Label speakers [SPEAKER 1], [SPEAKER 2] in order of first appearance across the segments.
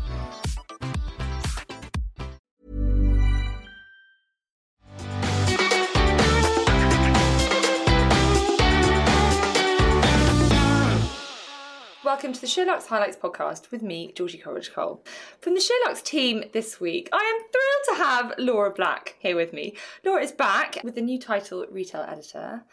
[SPEAKER 1] Welcome to the Sherlock's Highlights podcast with me, Georgie Courage Cole. From the Sherlock's team this week, I am thrilled to have Laura Black here with me. Laura is back with the new title Retail Editor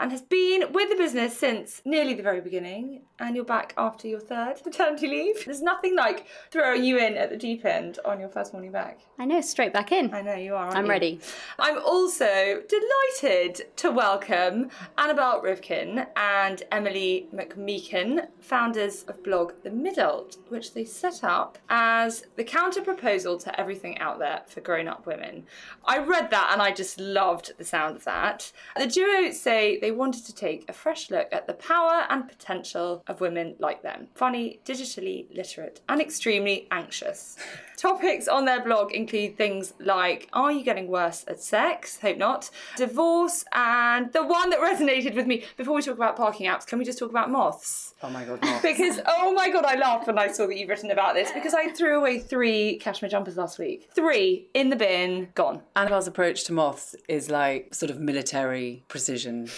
[SPEAKER 1] and has been with the business since nearly the very beginning. And you're back after your third maternity leave. There's nothing like throwing you in at the deep end on your first morning back.
[SPEAKER 2] I know, straight back in.
[SPEAKER 1] I know you are. Aren't
[SPEAKER 2] I'm
[SPEAKER 1] you?
[SPEAKER 2] ready.
[SPEAKER 1] I'm also delighted to welcome Annabelle Rivkin and Emily McMeekin, founders of blog The Middle, which they set up as the counter proposal to everything out there for grown up women. I read that and I just loved the sound of that. The duo say they wanted to take a fresh look at the power and potential of women like them funny, digitally literate, and extremely anxious. Topics on their blog include things like Are you getting worse at sex? Hope not. Divorce, and the one that resonated with me before we talk about parking apps, can we just talk about moths?
[SPEAKER 3] Oh my god, Mark.
[SPEAKER 1] Because, oh my god, I laughed when I saw that you've written about this because I threw away three cashmere jumpers last week. Three in the bin, gone.
[SPEAKER 3] Annabelle's approach to moths is like sort of military precision.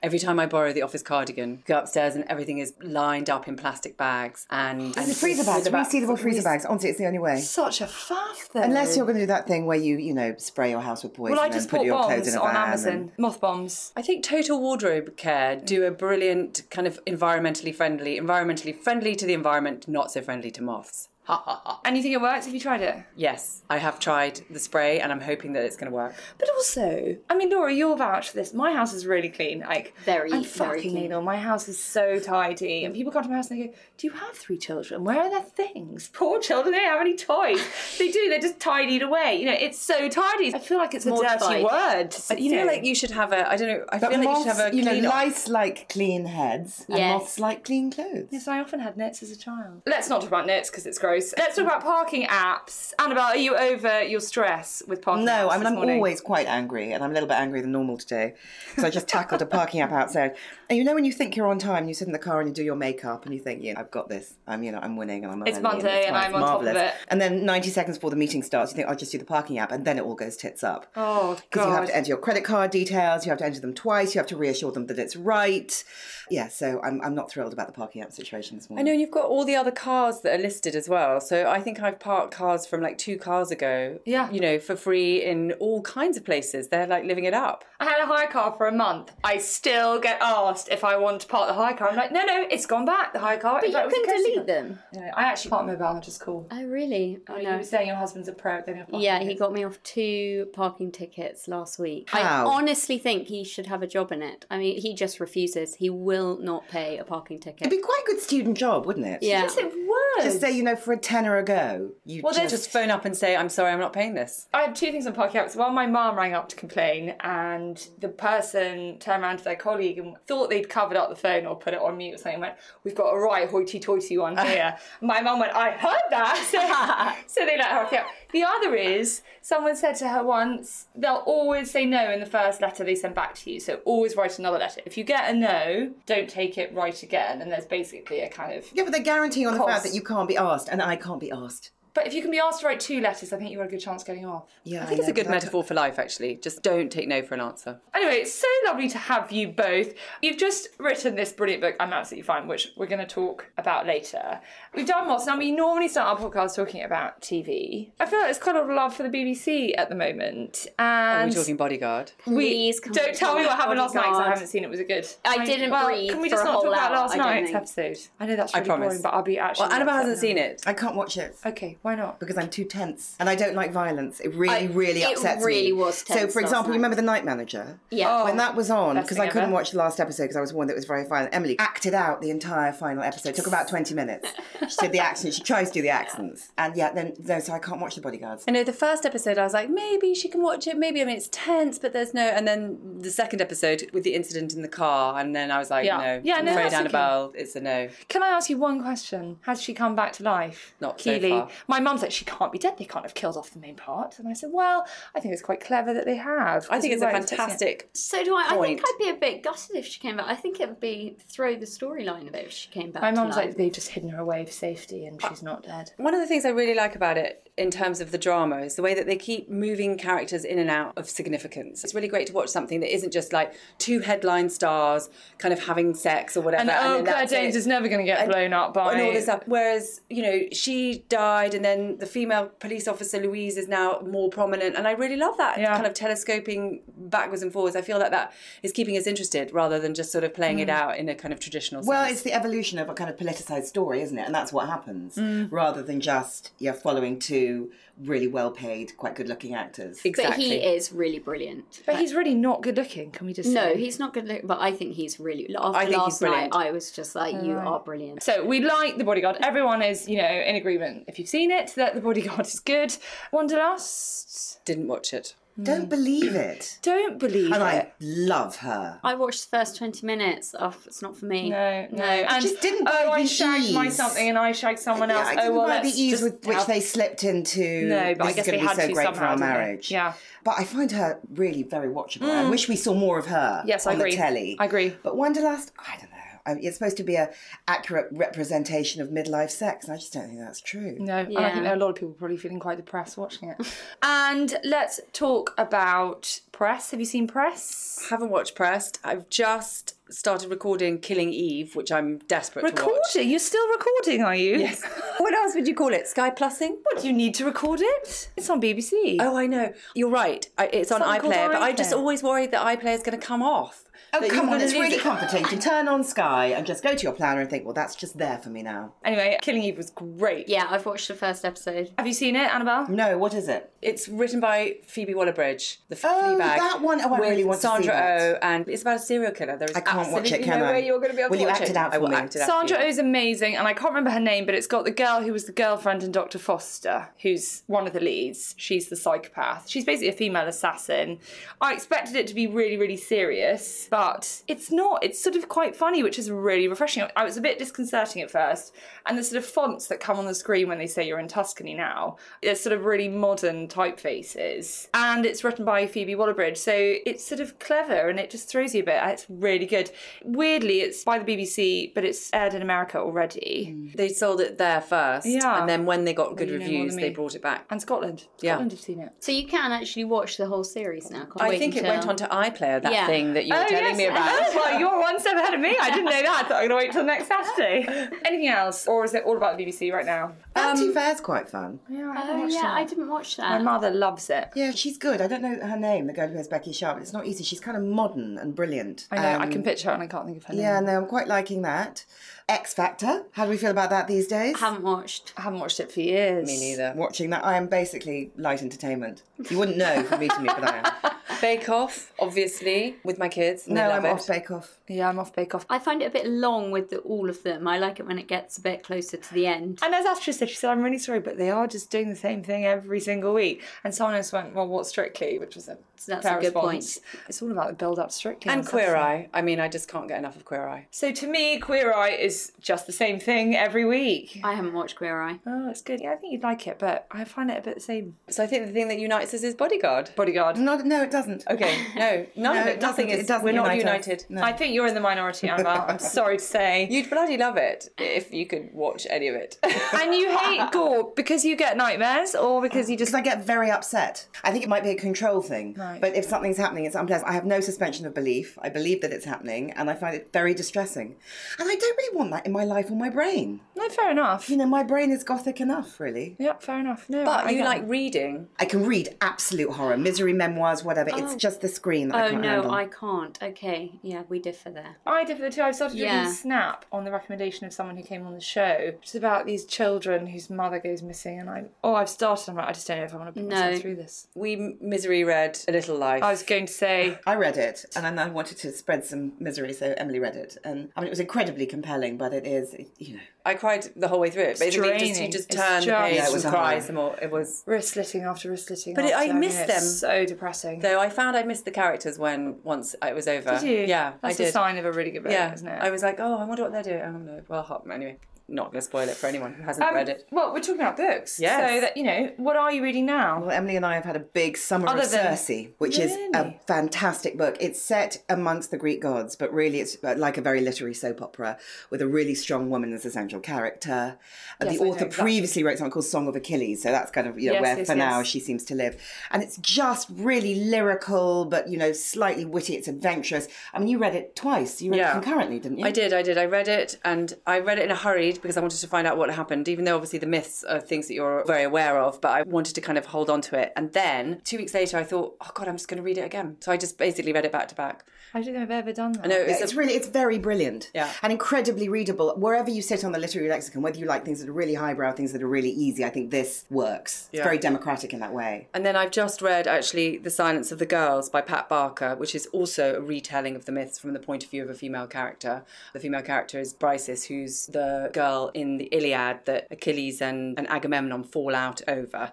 [SPEAKER 3] Every time I borrow the office cardigan, go upstairs and everything is lined up in plastic bags and, and
[SPEAKER 4] Oh, The freezer bags,
[SPEAKER 3] with about-
[SPEAKER 4] resealable freezer bags. Honestly, it's the only way.
[SPEAKER 1] Such a faff, though.
[SPEAKER 4] Unless you're going to do that thing where you, you know, spray your house with poison
[SPEAKER 1] Well, I
[SPEAKER 4] and
[SPEAKER 1] just
[SPEAKER 4] put
[SPEAKER 1] bought
[SPEAKER 4] your clothes
[SPEAKER 1] bombs
[SPEAKER 4] in a
[SPEAKER 1] on
[SPEAKER 4] van.
[SPEAKER 1] Amazon.
[SPEAKER 4] and-
[SPEAKER 1] Moth bombs.
[SPEAKER 3] I think Total Wardrobe Care do a brilliant kind of environmentally friendly, environmentally friendly to the environment, not so friendly to moths. Ha ha ha.
[SPEAKER 1] And you think it works? Have you tried it?
[SPEAKER 3] Yes, I have tried the spray and I'm hoping that it's going to work.
[SPEAKER 1] But also, I mean, Laura, you'll vouch for this. My house is really clean. Like
[SPEAKER 2] Very,
[SPEAKER 1] I'm
[SPEAKER 2] very
[SPEAKER 1] fucking
[SPEAKER 2] clean.
[SPEAKER 1] anal. My house is so tidy, and people come to my house and they go, "Do you have three children? Where are their things? Poor children, they don't have any toys. they do. They're just tidied away. You know, it's so tidy. I feel like it's a dirty
[SPEAKER 2] Mortified.
[SPEAKER 1] word.
[SPEAKER 3] I
[SPEAKER 1] you
[SPEAKER 3] feel
[SPEAKER 1] know,
[SPEAKER 3] like you should have a, I don't know, I
[SPEAKER 4] But
[SPEAKER 3] feel like you should
[SPEAKER 4] moths,
[SPEAKER 3] have a
[SPEAKER 4] you, know,
[SPEAKER 3] clean-up.
[SPEAKER 4] lice like clean heads and
[SPEAKER 2] Yes.
[SPEAKER 4] moths like clean clothes.
[SPEAKER 1] Yes, I often had nets as a child. Let's not talk about nets because it's gross. Let's talk about parking apps. Annabelle, are you over your stress with parking apps?
[SPEAKER 4] No, I mean,
[SPEAKER 1] this
[SPEAKER 4] I'm
[SPEAKER 1] morning?
[SPEAKER 4] always quite angry, and I'm a little bit angrier than normal today. So I just tackled a parking app outside. And you know when you think you're on time, you sit in the car and you do your makeup, and you think, yeah, I've got this. I'm, you know, I'm winning, and I'm
[SPEAKER 1] It's
[SPEAKER 4] early
[SPEAKER 1] Monday and
[SPEAKER 4] fine,
[SPEAKER 1] I'm on top of
[SPEAKER 4] marvellous."
[SPEAKER 1] it.
[SPEAKER 4] And then 90 seconds before the meeting starts, you think, I'll just do the parking app, and then it all goes tits up.
[SPEAKER 1] Oh,
[SPEAKER 4] Because you have
[SPEAKER 1] God.
[SPEAKER 4] to enter your credit card details, you have to enter them twice, you have to reassure them that it's right. Yeah, so I'm, I'm not thrilled about the parking app situation this
[SPEAKER 3] I
[SPEAKER 4] morning.
[SPEAKER 3] know and you've got all the other cars that are listed as well. So I think I've parked cars from like two cars ago.
[SPEAKER 1] Yeah.
[SPEAKER 3] You know, for free in all kinds of places. They're like living it up.
[SPEAKER 1] I had a hire car for a month. I still get asked if I want to park the hire car. I'm like, no, no, it's gone back. The hire car.
[SPEAKER 2] But you can delete them.
[SPEAKER 1] I actually park mobile, which is cool.
[SPEAKER 2] Oh, really? I
[SPEAKER 1] You
[SPEAKER 2] know.
[SPEAKER 1] were saying your husband's a pro. Then
[SPEAKER 2] Yeah, he got me off two parking tickets last week.
[SPEAKER 4] How?
[SPEAKER 2] I honestly think he should have a job in it. I mean, he just refuses. He will not pay a parking ticket.
[SPEAKER 4] It'd be quite a good student job, wouldn't it?
[SPEAKER 2] yeah.
[SPEAKER 1] Yes, it was.
[SPEAKER 4] Just say, you know, for a tenner a go, you
[SPEAKER 1] Well, there's-
[SPEAKER 4] just...
[SPEAKER 3] Just phone up and say, I'm sorry, I'm not paying this.
[SPEAKER 1] I have two things on parking apps. One, my mum rang up to complain, and the person turned around to their colleague and thought they'd covered up the phone or put it on mute or something. Went, "We've got a right hoity-toity one here." my mum went, "I heard that," so, so they let her off the app. The other is someone said to her once, "They'll always say no in the first letter they send back to you, so always write another letter. If you get a no, don't take it. Write again." And there's basically a kind of
[SPEAKER 4] Yeah, but they're guaranteeing on the
[SPEAKER 1] Cost.
[SPEAKER 4] fact that you can't be asked, and I can't be asked.
[SPEAKER 1] But if you can be asked to write two letters, I think you have a good chance of getting off.
[SPEAKER 4] Yeah,
[SPEAKER 3] I think it's a
[SPEAKER 4] know,
[SPEAKER 3] good
[SPEAKER 4] but I
[SPEAKER 3] metaphor for life, actually. Just don't take no for an answer.
[SPEAKER 1] Anyway, it's so lovely to have you both. You've just written this brilliant book, I'm Absolutely Fine, which we're going to talk about later. We've done lots. Now, we normally start our podcast talking about TV. I feel like there's quite a lot of love for the BBC at the moment.
[SPEAKER 3] Are
[SPEAKER 1] And
[SPEAKER 3] we talking bodyguard?
[SPEAKER 1] we-
[SPEAKER 2] Oh, Please come Oh,
[SPEAKER 1] don't
[SPEAKER 2] on,
[SPEAKER 1] tell me what happened last night 'cause I
[SPEAKER 2] Bodyguard.
[SPEAKER 1] haven't seen it. Was it good?
[SPEAKER 2] I didn't
[SPEAKER 1] well,
[SPEAKER 2] breathe
[SPEAKER 1] Can we
[SPEAKER 2] for
[SPEAKER 1] just
[SPEAKER 2] a
[SPEAKER 1] not
[SPEAKER 2] whole
[SPEAKER 1] talk about
[SPEAKER 2] hour,
[SPEAKER 1] last
[SPEAKER 2] I don't
[SPEAKER 1] night's
[SPEAKER 2] think.
[SPEAKER 1] episode? I know that's really
[SPEAKER 3] promise.
[SPEAKER 1] boring, but I'll be actually.
[SPEAKER 3] Well, Annabelle
[SPEAKER 1] upset
[SPEAKER 3] hasn't
[SPEAKER 1] now.
[SPEAKER 3] seen it.
[SPEAKER 4] I can't watch it.
[SPEAKER 1] Okay, Why not?
[SPEAKER 4] because I'm too tense and I don't like violence. It really,
[SPEAKER 2] I-
[SPEAKER 4] really
[SPEAKER 2] it
[SPEAKER 4] upsets me.
[SPEAKER 2] really was
[SPEAKER 4] So,
[SPEAKER 2] tense
[SPEAKER 4] for example,
[SPEAKER 2] last
[SPEAKER 4] you remember the Night Manager?
[SPEAKER 2] Yeah.
[SPEAKER 4] When that was on,
[SPEAKER 1] Oh, Best
[SPEAKER 4] because
[SPEAKER 1] thing
[SPEAKER 4] I couldn't
[SPEAKER 1] ever.
[SPEAKER 4] watch the last episode because I was warned that it was very violent. Emily acted out the entire final episode. It took about 20 minutes. She did the accent. She tries to do the accents. And yeah, then no, so I can't watch The Bodyguards.
[SPEAKER 3] I know the first episode, I was like, maybe she can watch it. Maybe, I mean, it's tense, but there's no. And then the second episode with the incident in the car, and then I was like,
[SPEAKER 1] Yeah.
[SPEAKER 3] no.
[SPEAKER 1] Yeah,
[SPEAKER 3] I'm
[SPEAKER 1] no,
[SPEAKER 3] afraid
[SPEAKER 1] that's okay.
[SPEAKER 3] Annabelle, it's a no.
[SPEAKER 1] Can I ask you one question? Has she come back to life?
[SPEAKER 3] Not so
[SPEAKER 1] Keely.
[SPEAKER 3] far.
[SPEAKER 1] My mum's like, she can't be dead. They can't have killed off the main part. And I said, well, I think it's quite clever that they have.
[SPEAKER 3] I think it's a
[SPEAKER 1] Right, fixing it.
[SPEAKER 3] fantastic.
[SPEAKER 2] So do I. I think
[SPEAKER 3] Point.
[SPEAKER 2] I'd be a bit gutted if she came back. I think it would be throw the storyline a bit if she came back.
[SPEAKER 1] My
[SPEAKER 2] to
[SPEAKER 1] mum's
[SPEAKER 2] life.
[SPEAKER 1] like, they've just hidden her away for safety and she's not dead.
[SPEAKER 3] One of the things I really like about it in terms of the drama is the way that they keep moving characters in and out of significance. It's really great to watch something that isn't just like two headline stars kind of having sex or
[SPEAKER 1] And,
[SPEAKER 3] whatever.
[SPEAKER 1] oh,
[SPEAKER 3] then
[SPEAKER 1] Claire
[SPEAKER 3] uh, that's
[SPEAKER 1] James
[SPEAKER 3] it.
[SPEAKER 1] is never going to get blown up by.
[SPEAKER 3] and all this stuff. Whereas, you know, she died, and then the female police officer Louise is now more prominent, and I really love that
[SPEAKER 1] Yeah.
[SPEAKER 3] kind of telescoping backwards and forwards. I feel like that is keeping us interested rather than just sort of playing
[SPEAKER 1] Mm.
[SPEAKER 3] it out in a kind of traditional.
[SPEAKER 4] Well,
[SPEAKER 3] sense.
[SPEAKER 4] it's the evolution of a kind of politicized story, isn't it? And that's what happens
[SPEAKER 1] Mm.
[SPEAKER 4] rather than just you're following two really well paid, quite good looking actors.
[SPEAKER 2] but
[SPEAKER 3] exactly.
[SPEAKER 2] he is really brilliant.
[SPEAKER 1] But he's really not good looking. Can we just
[SPEAKER 2] No,
[SPEAKER 1] say?
[SPEAKER 2] he's not good looking, but I think he's really. After
[SPEAKER 3] think he's
[SPEAKER 2] last night,
[SPEAKER 3] brilliant.
[SPEAKER 2] I was just like, you are brilliant.
[SPEAKER 1] So we like the bodyguard. Everyone is, you know, in agreement. If you've seen it, that the bodyguard is good. Wanderlust.
[SPEAKER 3] Didn't watch it.
[SPEAKER 4] Don't believe it.
[SPEAKER 1] Don't believe
[SPEAKER 4] And
[SPEAKER 1] it.
[SPEAKER 4] I love her.
[SPEAKER 2] I watched the first 20 minutes. Oh, it's not for me.
[SPEAKER 1] No, no. And
[SPEAKER 4] just didn't
[SPEAKER 1] Oh,
[SPEAKER 4] buy
[SPEAKER 1] I
[SPEAKER 4] the
[SPEAKER 1] shagged my
[SPEAKER 4] ease.
[SPEAKER 1] something and I shagged someone
[SPEAKER 4] Yeah,
[SPEAKER 1] else.
[SPEAKER 4] I didn't
[SPEAKER 1] oh well,
[SPEAKER 4] like the
[SPEAKER 1] let's
[SPEAKER 4] ease
[SPEAKER 1] just
[SPEAKER 4] with which
[SPEAKER 1] have-
[SPEAKER 4] they slipped into.
[SPEAKER 1] No, but I
[SPEAKER 4] this is
[SPEAKER 1] guess
[SPEAKER 4] gonna
[SPEAKER 1] they had
[SPEAKER 4] be so
[SPEAKER 1] to
[SPEAKER 4] great for
[SPEAKER 1] somehow,
[SPEAKER 4] our
[SPEAKER 1] didn't they?
[SPEAKER 4] marriage.
[SPEAKER 1] Yeah. Mm.
[SPEAKER 4] but I find her really very watchable. I wish we saw more of her.
[SPEAKER 1] Yes, I
[SPEAKER 4] on
[SPEAKER 1] agree.
[SPEAKER 4] the telly.
[SPEAKER 1] I agree.
[SPEAKER 4] But Wanderlust, I don't know. I mean, it's supposed to be a accurate representation of midlife sex, and I just don't think that's true.
[SPEAKER 1] No, and I think
[SPEAKER 2] Yeah.
[SPEAKER 1] there are a lot of people probably feeling quite depressed watching it. and let's talk about press. Have you seen press?
[SPEAKER 3] Haven't watched Pressed. I've just started recording Killing Eve, which I'm desperate to watch.
[SPEAKER 1] Recording? You're still recording, are you? Yes.
[SPEAKER 3] What else would you call it? Sky Plusing?
[SPEAKER 1] What do you need to record it? It's on BBC.
[SPEAKER 3] Oh, I know. You're right. I, it's on
[SPEAKER 1] Something called
[SPEAKER 3] iPlayer, but I just
[SPEAKER 1] iPlayer.
[SPEAKER 3] always worry that iPlayer is going to come off.
[SPEAKER 4] Oh,
[SPEAKER 3] That you're
[SPEAKER 4] come on,
[SPEAKER 3] gonna
[SPEAKER 4] it's
[SPEAKER 3] lose
[SPEAKER 4] really
[SPEAKER 3] it.
[SPEAKER 4] comforting to turn on Sky and just go to your planner and think, well, that's just there for me now.
[SPEAKER 1] Anyway, Killing Eve was great.
[SPEAKER 2] Yeah, I've watched the first episode.
[SPEAKER 1] Have you seen it, Annabelle?
[SPEAKER 4] No, what is it?
[SPEAKER 3] It's written by Phoebe Waller-Bridge, the
[SPEAKER 4] Oh,
[SPEAKER 3] Fleabag,
[SPEAKER 4] that one. Oh, I
[SPEAKER 3] with
[SPEAKER 4] really want to see
[SPEAKER 3] Sandra
[SPEAKER 4] that.
[SPEAKER 3] Oh, and it's about a serial killer. There is
[SPEAKER 4] I can't watch
[SPEAKER 3] absolutely
[SPEAKER 4] it, can
[SPEAKER 3] no
[SPEAKER 4] I?
[SPEAKER 3] way you're going to be able
[SPEAKER 4] Will
[SPEAKER 3] to
[SPEAKER 4] you
[SPEAKER 3] watch
[SPEAKER 4] act it
[SPEAKER 3] it.
[SPEAKER 4] out
[SPEAKER 3] I
[SPEAKER 4] for
[SPEAKER 3] will
[SPEAKER 4] me?
[SPEAKER 3] act it out. for
[SPEAKER 1] Sandra
[SPEAKER 3] you.
[SPEAKER 1] O's amazing, and I can't remember her name, but it's got the girl who was the girlfriend in Dr. Foster, who's one of the leads. She's the psychopath. She's basically a female assassin. I expected it to be really, really serious, but it's not. It's sort of quite funny, which is really refreshing. I was a bit disconcerting at first, and the sort of fonts that come on the screen when they say you're in Tuscany now, they're sort of really modern typefaces. And it's written by Phoebe Waller-Bridge, so it's sort of clever and it just throws you a bit. It's really good. Weirdly, it's by the BBC, but it's aired in America already.
[SPEAKER 3] They sold it there first,
[SPEAKER 1] Yeah.
[SPEAKER 3] and then when they got good
[SPEAKER 1] you know more
[SPEAKER 3] reviews,
[SPEAKER 1] than
[SPEAKER 3] they
[SPEAKER 1] me.
[SPEAKER 3] brought it back.
[SPEAKER 1] And Scotland.
[SPEAKER 3] Yeah.
[SPEAKER 1] Scotland have seen it.
[SPEAKER 2] So you can actually watch the whole series now. Can't
[SPEAKER 3] I
[SPEAKER 2] wait
[SPEAKER 3] think it
[SPEAKER 2] until-
[SPEAKER 3] went on to iPlayer, that
[SPEAKER 2] Yeah.
[SPEAKER 3] thing that you were telling me about.
[SPEAKER 1] Oh, well, you're one step ahead of me. I didn't know that. I thought I'm going to wait till next Saturday. Anything else? Or is it all about the BBC right now?
[SPEAKER 4] Vanity Fair's quite fun.
[SPEAKER 2] Oh, yeah, I didn't watch
[SPEAKER 1] My
[SPEAKER 2] that.
[SPEAKER 1] mother loves it.
[SPEAKER 4] Yeah, she's good. I don't know her name, the girl who plays Becky Sharp. but It's not easy. She's kind of modern and brilliant.
[SPEAKER 1] I know, I can picture it and I can't think of her name.
[SPEAKER 4] Yeah, no, I'm quite liking that. X Factor. How do we feel about that these days?
[SPEAKER 2] I haven't watched.
[SPEAKER 1] I haven't watched it for years.
[SPEAKER 3] Me neither.
[SPEAKER 4] Watching that, I am basically light entertainment. You wouldn't know from meeting me, but I am.
[SPEAKER 3] Bake Off, obviously, with my kids. and they
[SPEAKER 4] No,
[SPEAKER 3] love
[SPEAKER 4] I'm
[SPEAKER 3] it.
[SPEAKER 4] off Bake Off.
[SPEAKER 1] Yeah, I'm off Bake Off.
[SPEAKER 2] I find it a bit long with the, all of them. I like it when it gets a bit closer to the end.
[SPEAKER 1] And as Astra said, she said, I'm really sorry, but they are just doing the same thing every single week. And someone else went, Well, what Strictly? Which was a
[SPEAKER 2] That's
[SPEAKER 1] fair
[SPEAKER 2] a good
[SPEAKER 1] response. It's all about the build up Strictly. on
[SPEAKER 3] And Queer
[SPEAKER 1] Saturday.
[SPEAKER 3] Eye. I mean, I just can't get enough of Queer Eye.
[SPEAKER 1] So to me, Queer Eye is just the same thing every week.
[SPEAKER 2] I haven't watched Queer Eye.
[SPEAKER 1] Oh, it's good. Yeah, I think you'd like it, but I find it a bit the same.
[SPEAKER 3] So I think the thing that unites us is Bodyguard.
[SPEAKER 1] Bodyguard.
[SPEAKER 4] No, no, it doesn't.
[SPEAKER 3] Okay, no, none
[SPEAKER 4] No,
[SPEAKER 3] of
[SPEAKER 4] it
[SPEAKER 3] it. Nothing
[SPEAKER 4] doesn't-
[SPEAKER 3] is.
[SPEAKER 4] it doesn't
[SPEAKER 3] we're not
[SPEAKER 4] unite us.
[SPEAKER 3] united.
[SPEAKER 4] No.
[SPEAKER 1] I think you're in the minority, Annabelle. I'm sorry to say.
[SPEAKER 3] You'd bloody love it if you could watch any of it.
[SPEAKER 1] and you hate gore because you get nightmares or because you just.
[SPEAKER 4] Because I get very upset. I think it might be a control thing. But if something's happening, it's unpleasant. I have no suspension of belief. I believe that it's happening, and I find it very distressing. And I don't really want that in my life or my brain.
[SPEAKER 1] No, fair enough.
[SPEAKER 4] You know, my brain is gothic enough, really.
[SPEAKER 1] Yep, fair enough. No,
[SPEAKER 3] but
[SPEAKER 1] I
[SPEAKER 3] you
[SPEAKER 1] get
[SPEAKER 3] like reading.
[SPEAKER 4] I can read absolute horror, misery memoirs, whatever. It's just the screen that I
[SPEAKER 2] Oh
[SPEAKER 4] can't
[SPEAKER 2] no,
[SPEAKER 4] handle.
[SPEAKER 2] I can't. Okay, yeah, we differ there.
[SPEAKER 1] I did for the two. I've started
[SPEAKER 2] Yeah.
[SPEAKER 1] reading Snap on the recommendation of someone who came on the show. It's about these children whose mother goes missing, and I'm oh, I've started. I'm like, I just don't know if I want to put
[SPEAKER 2] No.
[SPEAKER 1] myself through this.
[SPEAKER 3] We misery read A Little Life.
[SPEAKER 1] I was going to say,
[SPEAKER 4] I read it and then I wanted to spread some misery, so Emily read it. And I mean, it was incredibly compelling, but it is, you know,
[SPEAKER 3] I cried the whole way through it. Basically, you just, you
[SPEAKER 1] draining.
[SPEAKER 3] just
[SPEAKER 1] It's
[SPEAKER 3] turn the
[SPEAKER 1] just-
[SPEAKER 3] page
[SPEAKER 1] Yeah, it
[SPEAKER 4] was
[SPEAKER 3] and cry
[SPEAKER 4] hard.
[SPEAKER 3] some more. It was
[SPEAKER 1] wrist slitting after wrist slitting.
[SPEAKER 3] But it-
[SPEAKER 1] after,
[SPEAKER 3] I
[SPEAKER 1] mean,
[SPEAKER 3] miss
[SPEAKER 1] it's
[SPEAKER 3] them.
[SPEAKER 1] So depressing.
[SPEAKER 3] though. I found I missed the characters when once it was over.
[SPEAKER 1] Did you?
[SPEAKER 3] Yeah,
[SPEAKER 1] that's
[SPEAKER 3] I
[SPEAKER 1] a
[SPEAKER 3] did.
[SPEAKER 1] sign of a really good book,
[SPEAKER 3] yeah,
[SPEAKER 1] isn't it?
[SPEAKER 3] I was like, oh, I wonder what they're doing. Oh no. Well, hot. Anyway, not going to spoil it for anyone who hasn't
[SPEAKER 1] Um,
[SPEAKER 3] read it.
[SPEAKER 1] Well, we're talking about books.
[SPEAKER 3] Yes.
[SPEAKER 1] So that you know, what are you reading now?
[SPEAKER 4] Well, Emily and I have had a big summer
[SPEAKER 1] Other
[SPEAKER 4] of
[SPEAKER 1] than-
[SPEAKER 4] Circe, which is a
[SPEAKER 1] Really?
[SPEAKER 4] fantastic book. It's set amongst the Greek gods, but really it's uh, like a very literary soap opera with a really strong woman as a central character. Uh, the author previously wrote something called Song of Achilles, so that's kind of you know
[SPEAKER 1] Yes,
[SPEAKER 4] where
[SPEAKER 1] yes,
[SPEAKER 4] for now
[SPEAKER 1] yes.
[SPEAKER 4] she seems to live. And it's just really lyrical, but you know slightly witty. It's adventurous. I mean, you read it twice. You read
[SPEAKER 3] Yeah.
[SPEAKER 4] it concurrently, didn't you?
[SPEAKER 3] I did, I did. I read it and I read it in a hurry because I wanted to find out what happened, even though obviously the myths are things that you're very aware of, but I wanted to kind of hold on to it. And then two weeks later, I thought, oh God, I'm just going to read it again. So I just basically read it back to back.
[SPEAKER 1] I don't think I've ever done that.
[SPEAKER 3] I know it
[SPEAKER 4] Yeah,
[SPEAKER 3] was
[SPEAKER 4] it's really, it's very brilliant
[SPEAKER 3] Yeah.
[SPEAKER 4] and incredibly readable. Wherever you sit on the literary lexicon, whether you like things that are really highbrow, things that are really easy, I think this works. It's very democratic in that way.
[SPEAKER 3] And then I've just read actually The Silence of the Girls by Pat Barker, which is also a retelling of the myths from the point of view of a female character. The female character is Briseis, who's the girl in the Iliad that Achilles and, and Agamemnon fall out over.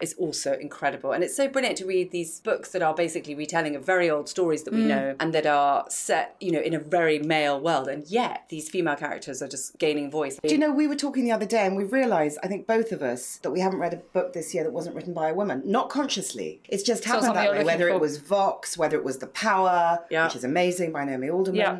[SPEAKER 3] It's also incredible. And it's so brilliant to read these books that are basically retelling of very old stories
[SPEAKER 4] Mm.
[SPEAKER 3] that we know and that are set, you know, in a very male world. And yet these female characters are just gaining voice.
[SPEAKER 4] Do you know, we were talking the other day and we realised, I think both of us, that we haven't read a book this year that wasn't written by a woman. Not consciously. It's just happened
[SPEAKER 1] something
[SPEAKER 4] that
[SPEAKER 1] you're
[SPEAKER 4] way,
[SPEAKER 1] looking
[SPEAKER 4] whether
[SPEAKER 1] for.
[SPEAKER 4] it was Vox, whether it was The Power,
[SPEAKER 3] Yeah.
[SPEAKER 4] which is amazing by Naomi Alderman.
[SPEAKER 1] Yeah.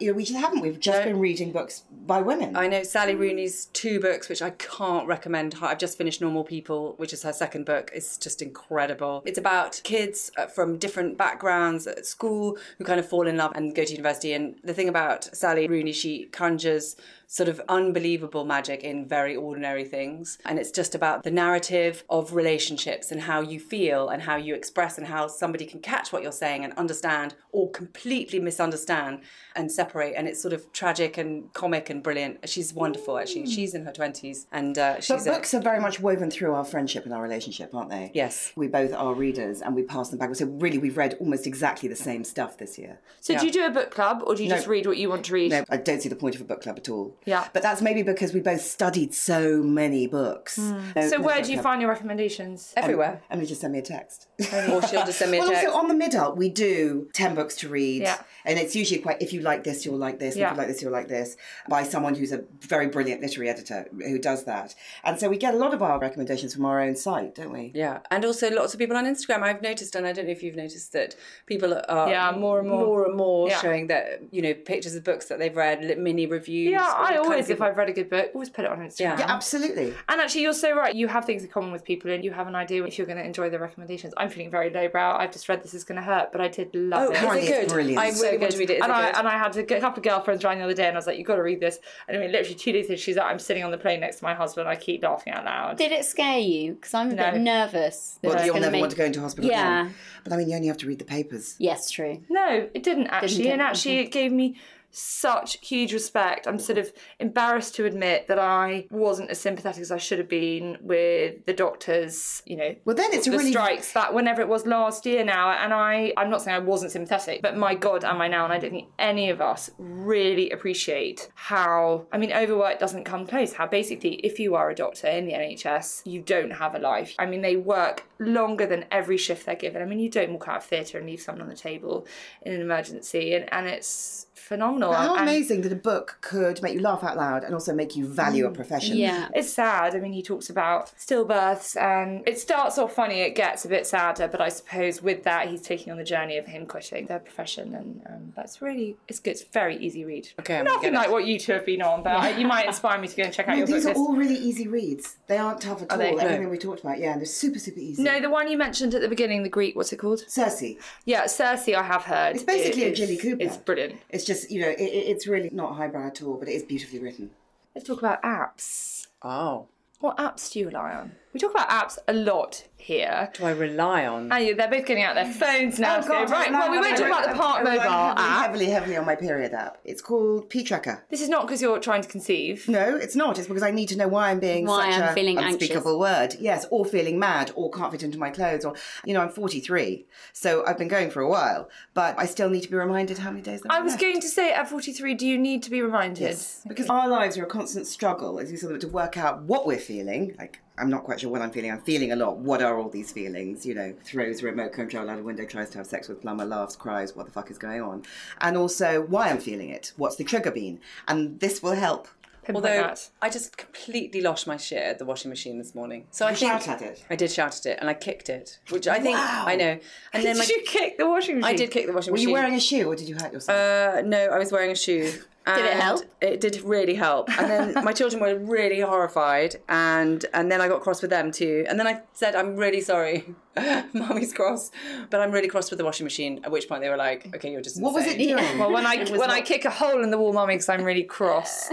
[SPEAKER 4] You know, we just haven't. We've just been reading books by women.
[SPEAKER 3] I know Sally Rooney's two books, which I can't recommend. I've just finished Normal People, which is her second book. It's just incredible. It's about kids uh, from different backgrounds at school who kind of fall in love and go to university. And the thing about Sally Rooney, she conjures sort of unbelievable magic in very ordinary things. And it's just about the narrative of relationships and how you feel and how you express and how somebody can catch what you're saying and understand or completely misunderstand and separate. And it's sort of tragic and comic and brilliant. She's wonderful, actually.
[SPEAKER 1] Mm.
[SPEAKER 3] She's in her 20s and uh,
[SPEAKER 4] But
[SPEAKER 3] she's a-
[SPEAKER 4] books are very much woven through our friendship and our relationship, aren't they?
[SPEAKER 3] Yes.
[SPEAKER 4] We both are readers and we pass them back. So really, we've read almost exactly the same stuff this year.
[SPEAKER 1] So do you do a book club, or do you just read what you want to read?
[SPEAKER 4] No, I don't see the point of a book club at all.
[SPEAKER 1] Yeah.
[SPEAKER 4] But that's maybe because we both studied so many books. No,
[SPEAKER 1] So
[SPEAKER 4] no
[SPEAKER 1] where
[SPEAKER 4] book
[SPEAKER 1] do you
[SPEAKER 4] club.
[SPEAKER 1] find your recommendations?
[SPEAKER 3] everywhere.
[SPEAKER 4] Emily just sent me a text.
[SPEAKER 3] or she'll just send me a
[SPEAKER 4] well,
[SPEAKER 3] text.
[SPEAKER 4] also on the mid we do 10 books to read.
[SPEAKER 1] Yeah.
[SPEAKER 4] And it's usually quite, if you like this, you'll like this. and If
[SPEAKER 1] Yeah.
[SPEAKER 4] you like this, you'll like this. By someone who's a very brilliant literary editor who does that. And so we get a lot of our recommendations from our own site, don't we?
[SPEAKER 3] Yeah, and also lots of people on Instagram. I've noticed, and I don't know if you've noticed that people are
[SPEAKER 1] Yeah, more and more.
[SPEAKER 3] and more
[SPEAKER 1] Yeah.
[SPEAKER 3] showing that you know pictures of books that they've read, li- mini reviews.
[SPEAKER 1] Yeah,
[SPEAKER 3] all
[SPEAKER 1] I
[SPEAKER 3] kinds
[SPEAKER 1] always,
[SPEAKER 3] of
[SPEAKER 1] if I've read a good book, always put it on Instagram.
[SPEAKER 3] Yeah.
[SPEAKER 4] Yeah, absolutely.
[SPEAKER 1] And actually, you're so right. You have things in common with people, and you have an idea if you're going to enjoy their recommendations. I'm feeling very lowbrow. I've just read this is going to hurt, but I did love
[SPEAKER 3] Oh,
[SPEAKER 1] it.
[SPEAKER 3] is
[SPEAKER 4] Apparently
[SPEAKER 3] it
[SPEAKER 4] it's
[SPEAKER 3] good?
[SPEAKER 4] brilliant.
[SPEAKER 3] I really
[SPEAKER 4] So
[SPEAKER 3] want to read it. Is
[SPEAKER 1] and
[SPEAKER 3] it
[SPEAKER 1] I
[SPEAKER 3] good?
[SPEAKER 1] and I had a g- couple of girlfriends around the other day, and I was like, "You got to read this." And I mean, literally two days later, she's like, "I'm sitting on the plane next to my husband. I keep laughing out loud."
[SPEAKER 2] Did it scare you? Because I'm a
[SPEAKER 1] No.
[SPEAKER 2] bit nervous. that
[SPEAKER 4] Well,
[SPEAKER 2] it's
[SPEAKER 4] you'll
[SPEAKER 2] gonna
[SPEAKER 4] never want
[SPEAKER 2] make-
[SPEAKER 4] to go into hospital
[SPEAKER 2] Yeah.
[SPEAKER 4] again. But I mean, you only have to read the papers.
[SPEAKER 2] Yes, true.
[SPEAKER 1] No, it didn't actually.
[SPEAKER 2] it?
[SPEAKER 1] And actually, it gave me such huge respect. I'm sort of embarrassed to admit that I wasn't as sympathetic as I should have been with the doctors, you know.
[SPEAKER 4] Well, then it's a
[SPEAKER 1] the
[SPEAKER 4] really-
[SPEAKER 1] strikes that whenever it was last year now. And I, I'm not saying I wasn't sympathetic, but my God, am I now? And I don't think any of us really appreciate how, I mean, overwork doesn't come close. How basically, if you are a doctor in the NHS, you don't have a life. I mean, they work longer than every shift they're given. I mean, you don't walk out of theatre and leave someone on the table in an emergency. And, and it's phenomenal.
[SPEAKER 4] How
[SPEAKER 1] And-
[SPEAKER 4] amazing that a book could make you laugh out loud and also make you value a
[SPEAKER 1] Mm.
[SPEAKER 4] profession.
[SPEAKER 2] Yeah.
[SPEAKER 1] It's sad. I mean, he talks about stillbirths, and it starts off funny. It gets a bit sadder, but I suppose with that, he's taking on the journey of him quitting their profession, and um, that's really it's good. It's a very easy read.
[SPEAKER 3] Okay, I'm gonna
[SPEAKER 1] nothing
[SPEAKER 3] get it.
[SPEAKER 1] like what you two have been on, but I- you might inspire me to go and check out your book
[SPEAKER 4] These are
[SPEAKER 1] list.
[SPEAKER 4] all really easy reads. They aren't tough at all.
[SPEAKER 1] they? No.
[SPEAKER 4] Everything we talked about, yeah, and they're super, super easy.
[SPEAKER 1] no, the one you mentioned at the beginning, the Greek, what's it called?
[SPEAKER 4] Circe.
[SPEAKER 1] Yeah, Circe, I have heard.
[SPEAKER 4] It's basically
[SPEAKER 1] It
[SPEAKER 4] a
[SPEAKER 1] is-
[SPEAKER 4] Jilly Cooper.
[SPEAKER 1] It's brilliant.
[SPEAKER 4] It's just, you know, it, it- it's really not highbrow at all, but it is beautifully written.
[SPEAKER 1] Let's talk about apps.
[SPEAKER 3] oh,
[SPEAKER 1] What apps do you rely on? We talk about apps a lot here.
[SPEAKER 3] Do I rely on?
[SPEAKER 1] And you- they're both getting out their phones now.
[SPEAKER 4] Oh,
[SPEAKER 1] to go, right,
[SPEAKER 4] no,
[SPEAKER 1] well, we
[SPEAKER 4] no,
[SPEAKER 1] won't
[SPEAKER 4] no,
[SPEAKER 1] talk
[SPEAKER 4] no,
[SPEAKER 1] about the
[SPEAKER 4] no,
[SPEAKER 1] Park
[SPEAKER 4] no, no,
[SPEAKER 1] Mobile
[SPEAKER 4] heavily,
[SPEAKER 1] app.
[SPEAKER 4] Heavily, heavily on my period app. It's called P Tracker.
[SPEAKER 1] This is not because you're trying to conceive.
[SPEAKER 4] No, it's not. It's because I need to know why I'm being
[SPEAKER 2] Why
[SPEAKER 4] such
[SPEAKER 2] I'm
[SPEAKER 4] a
[SPEAKER 2] feeling
[SPEAKER 4] unspeakable word. Yes, or feeling mad, or can't fit into my clothes, or you know, I'm 43, so I've been going for a while, but I still need to be reminded how many days.
[SPEAKER 1] I was going to say, at 43, do you need to be reminded?
[SPEAKER 4] Because our lives are a constant struggle, as you said, to work out what we're feeling. Like, I'm not quite sure what I'm feeling. I'm feeling a lot. What are all these feelings? You know, throws a remote control out a window, tries to have sex with plumber, laughs, cries, what the fuck is going on? And also, why I'm feeling it. What's the trigger being? And this will help.
[SPEAKER 1] Pinpoint
[SPEAKER 3] Although
[SPEAKER 1] that.
[SPEAKER 3] I just completely lost my shit at the washing machine this morning. So I
[SPEAKER 4] You
[SPEAKER 3] think
[SPEAKER 4] shout at it.
[SPEAKER 3] I did shout at it and I kicked it, which I think
[SPEAKER 4] Wow.
[SPEAKER 3] I know. And then my,
[SPEAKER 1] Did you kick the washing machine?
[SPEAKER 3] I did kick the washing
[SPEAKER 4] Were
[SPEAKER 3] machine.
[SPEAKER 4] you wearing a shoe or did you hurt yourself?
[SPEAKER 3] Uh, no, I was wearing a shoe.
[SPEAKER 2] it
[SPEAKER 3] And
[SPEAKER 2] help?
[SPEAKER 3] It did really help. And then my children were really horrified, and and then I got cross with them too. And then I said, "I'm really sorry, mommy's cross, but I'm really cross with the washing machine." At which point they were like, "Okay, you're just
[SPEAKER 4] what was it
[SPEAKER 3] insane."
[SPEAKER 4] doing?
[SPEAKER 1] Well, when I when I kick a hole in the wall, mummy, because I'm really cross.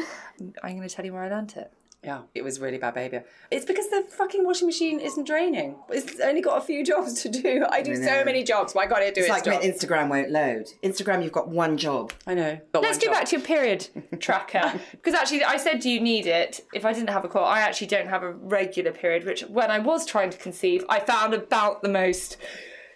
[SPEAKER 1] I'm going to tell you where I learnt it.
[SPEAKER 3] Yeah, it was really bad behaviour. It's because the fucking washing machine isn't draining. It's only got a few jobs to do. I do so many jobs. Why can't it do its,
[SPEAKER 4] it's like
[SPEAKER 3] job?
[SPEAKER 4] when Instagram won't load. Instagram, you've got one job.
[SPEAKER 3] I know.
[SPEAKER 1] Let's go back to your period tracker because actually, I said, "Do you need it?" If I didn't have a call, I actually don't have a regular period, which when I was trying to conceive, I found about the most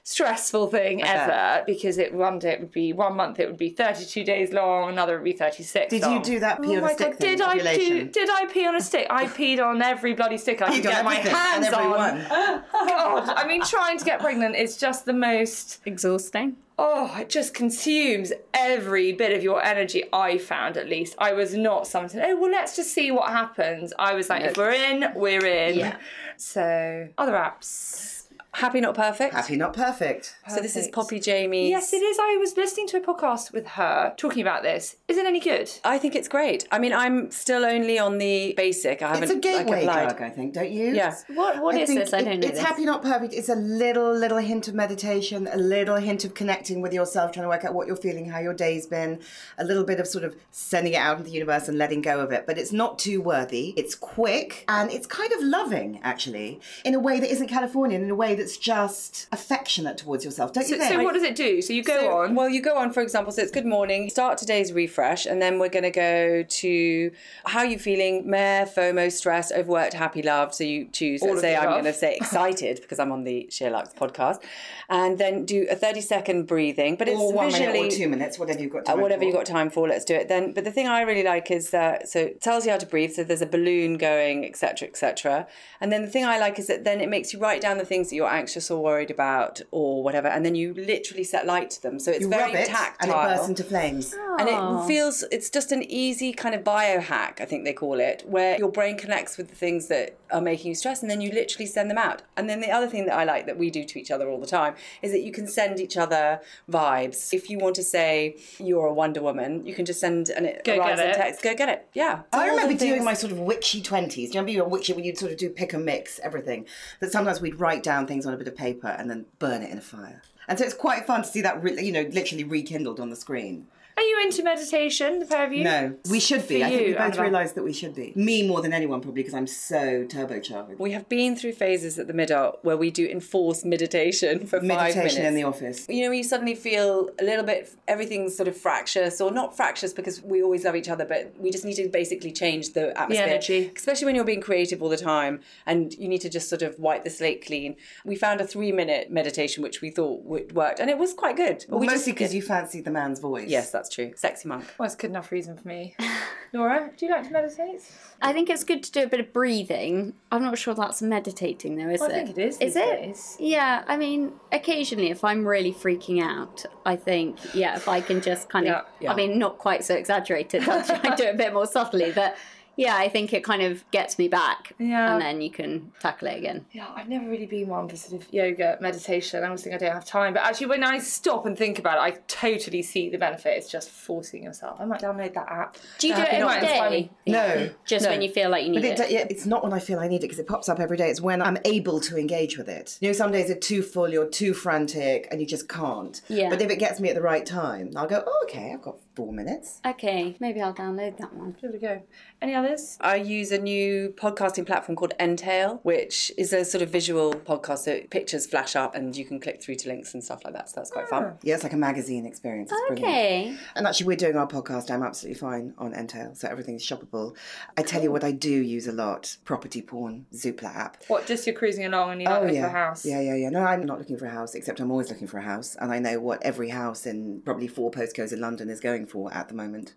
[SPEAKER 1] stressful thing ever because it one day it would be one month it would be 32 days long another would be 36
[SPEAKER 4] Did you do that pee
[SPEAKER 1] oh
[SPEAKER 4] on a
[SPEAKER 1] my
[SPEAKER 4] stick
[SPEAKER 1] god
[SPEAKER 4] thing?
[SPEAKER 1] did i do,
[SPEAKER 4] ovulation?
[SPEAKER 1] did i pee on a stick i peed on every bloody stick i could
[SPEAKER 4] Peed on
[SPEAKER 1] get my
[SPEAKER 4] everything and
[SPEAKER 1] hands on
[SPEAKER 4] everyone.
[SPEAKER 1] god i mean trying to get pregnant is just the most
[SPEAKER 2] Exhausting.
[SPEAKER 1] Oh, it just consumes every bit of your energy. I found at least I was not someone to oh well, let's just see what happens. I was like, if we're in, we're in.
[SPEAKER 2] Yeah.
[SPEAKER 1] So other apps.
[SPEAKER 3] Happy Not Perfect.
[SPEAKER 4] Happy not perfect.
[SPEAKER 3] So this is Poppy Jamie's.
[SPEAKER 1] Yes, it is. I was listening to a podcast with her talking about this. Is it any good?
[SPEAKER 3] I think it's great. I mean, I'm still only on the basic. I haven't.
[SPEAKER 4] It's a
[SPEAKER 3] like,
[SPEAKER 4] gateway
[SPEAKER 3] applied.
[SPEAKER 4] drug, I think, don't you?
[SPEAKER 3] Yeah.
[SPEAKER 2] What What is
[SPEAKER 4] think
[SPEAKER 2] this? I
[SPEAKER 4] it-
[SPEAKER 2] don't know
[SPEAKER 4] It's
[SPEAKER 2] this.
[SPEAKER 4] happy, not perfect. It's a little, little hint of meditation, a little hint of connecting with yourself, trying to work out what you're feeling, how your day's been, a little bit of sort of sending it out into the universe and letting go of it. But it's not too worthy. It's quick and it's kind of loving, actually, in a way that isn't Californian, in a way that's just affectionate towards yourself, don't you
[SPEAKER 1] So,
[SPEAKER 4] think?
[SPEAKER 1] so what does it do? So you go
[SPEAKER 3] So-
[SPEAKER 1] on.
[SPEAKER 3] Well, you go on, for example, so it's good morning, start today's refresh, and then we're going to go to how you feeling, mare, FOMO, stress, overworked, happy, loved. So you choose, let's
[SPEAKER 1] of
[SPEAKER 3] say
[SPEAKER 1] the
[SPEAKER 3] I'm
[SPEAKER 1] above.
[SPEAKER 3] going to say excited because I'm on the Sheer Lux podcast, and then do a 30 second breathing, but it's
[SPEAKER 4] or one
[SPEAKER 3] visually.
[SPEAKER 4] minute or two minutes, whatever you've got
[SPEAKER 3] Uh,
[SPEAKER 4] time
[SPEAKER 3] whatever
[SPEAKER 4] for.
[SPEAKER 3] you've got time for, let's do it then. But the thing I really like is uh, so it tells you how to breathe. So there's a balloon going, etc., etc. And then the thing I like is that then it makes you write down the things that you're anxious or worried about or whatever, and then you literally set light to them. So it's
[SPEAKER 4] You
[SPEAKER 3] very
[SPEAKER 4] rub it
[SPEAKER 3] tactile. Oh,
[SPEAKER 4] and it bursts into flames.
[SPEAKER 3] And
[SPEAKER 1] Oh.
[SPEAKER 3] it feels it's just an easy kind of biohack, I think they call it, where your brain connects with the things that are making you stress and then you literally send them out. And then the other thing that I like that we do to each other all the time is that you can send each other vibes. If you want to say you're a Wonder Woman, you can just send and it
[SPEAKER 1] Go
[SPEAKER 3] arrives
[SPEAKER 1] get
[SPEAKER 3] in
[SPEAKER 1] it.
[SPEAKER 3] text. Go get it. Yeah.
[SPEAKER 4] I remember
[SPEAKER 3] All the
[SPEAKER 4] doing
[SPEAKER 3] things-
[SPEAKER 4] my sort of witchy twenties. Do you remember your witchy when you'd sort of do pick and mix everything? That sometimes we'd write down things on a bit of paper and then burn it in a fire. And so it's quite fun to see that, re- you know, literally rekindled on the screen.
[SPEAKER 1] Are you into meditation, the pair of you?
[SPEAKER 4] No, we should be.
[SPEAKER 1] For
[SPEAKER 4] I think we
[SPEAKER 1] you,
[SPEAKER 4] both
[SPEAKER 1] Annabelle.
[SPEAKER 4] realise that we should be. Me more than anyone probably because I'm so turbocharged.
[SPEAKER 3] we have been through phases at the middle where we do enforced meditation for five minutes.
[SPEAKER 4] Meditation in the office.
[SPEAKER 3] you know, you suddenly feel a little bit, everything's sort of fractious, or not fractious because we always love each other, but we just need to basically change the atmosphere.
[SPEAKER 1] energy.
[SPEAKER 3] Especially when you're being creative all the time and you need to just sort of wipe the slate clean. We found a three minute meditation which we thought would worked, and it was quite good. But
[SPEAKER 4] Well,
[SPEAKER 3] we
[SPEAKER 4] mostly because you fancied the man's voice.
[SPEAKER 3] Yes, that's true. Sexy monk.
[SPEAKER 1] Well, it's a good enough reason for me. Laura, do you like to meditate?
[SPEAKER 2] I think it's good to do a bit of breathing. I'm not sure that's meditating though, is
[SPEAKER 1] Well,
[SPEAKER 2] it?
[SPEAKER 1] I think it is.
[SPEAKER 2] Is
[SPEAKER 1] these
[SPEAKER 2] it?
[SPEAKER 1] days.
[SPEAKER 2] Yeah, I mean, occasionally if I'm really freaking out, I think, yeah, if I can just kind of,
[SPEAKER 1] Yeah.
[SPEAKER 2] I mean, not quite so exaggerated, that's- I do it a bit more subtly, but yeah, I think it kind of gets me back.
[SPEAKER 1] Yeah.
[SPEAKER 2] And then you can tackle it again.
[SPEAKER 1] Yeah, I've never really been one for sort of yoga, meditation. I always think I don't have time. But actually, when I stop and think about it, I totally see the benefit. It's just forcing yourself. I might download that app.
[SPEAKER 2] Do you do it
[SPEAKER 1] Happy
[SPEAKER 2] every
[SPEAKER 1] Not
[SPEAKER 2] day?
[SPEAKER 1] Funny.
[SPEAKER 4] No.
[SPEAKER 2] Just when you feel like you need
[SPEAKER 4] But it,
[SPEAKER 2] it.
[SPEAKER 4] do- yeah, it's not when I feel I need it because it pops up every day. It's when I'm able to engage with it. You know, some days are too full, you're too frantic, and you just can't.
[SPEAKER 2] Yeah.
[SPEAKER 4] But if it gets me at the right time, I'll go, oh, okay, I've got four minutes.
[SPEAKER 2] Okay, maybe I'll download that one.
[SPEAKER 1] There we go. Any others?
[SPEAKER 3] I use a new podcasting platform called Entail, which is a sort of visual podcast. So pictures flash up and you can click through to links and stuff like that. So that's quite fun.
[SPEAKER 4] Yeah, it's like a magazine experience. It's brilliant.
[SPEAKER 2] Okay.
[SPEAKER 4] And actually, we're doing our podcast. I'm absolutely fine on Entail, so everything's shoppable. I tell you what, I do use a lot: property porn, Zoopla app.
[SPEAKER 1] What? Just you're cruising along and you're not looking
[SPEAKER 4] Oh, yeah.
[SPEAKER 1] for a house.
[SPEAKER 4] Yeah, yeah, yeah. No, I'm not looking for a house, except I'm always looking for a house. And I know what every house in probably four postcodes in London is going for at the moment.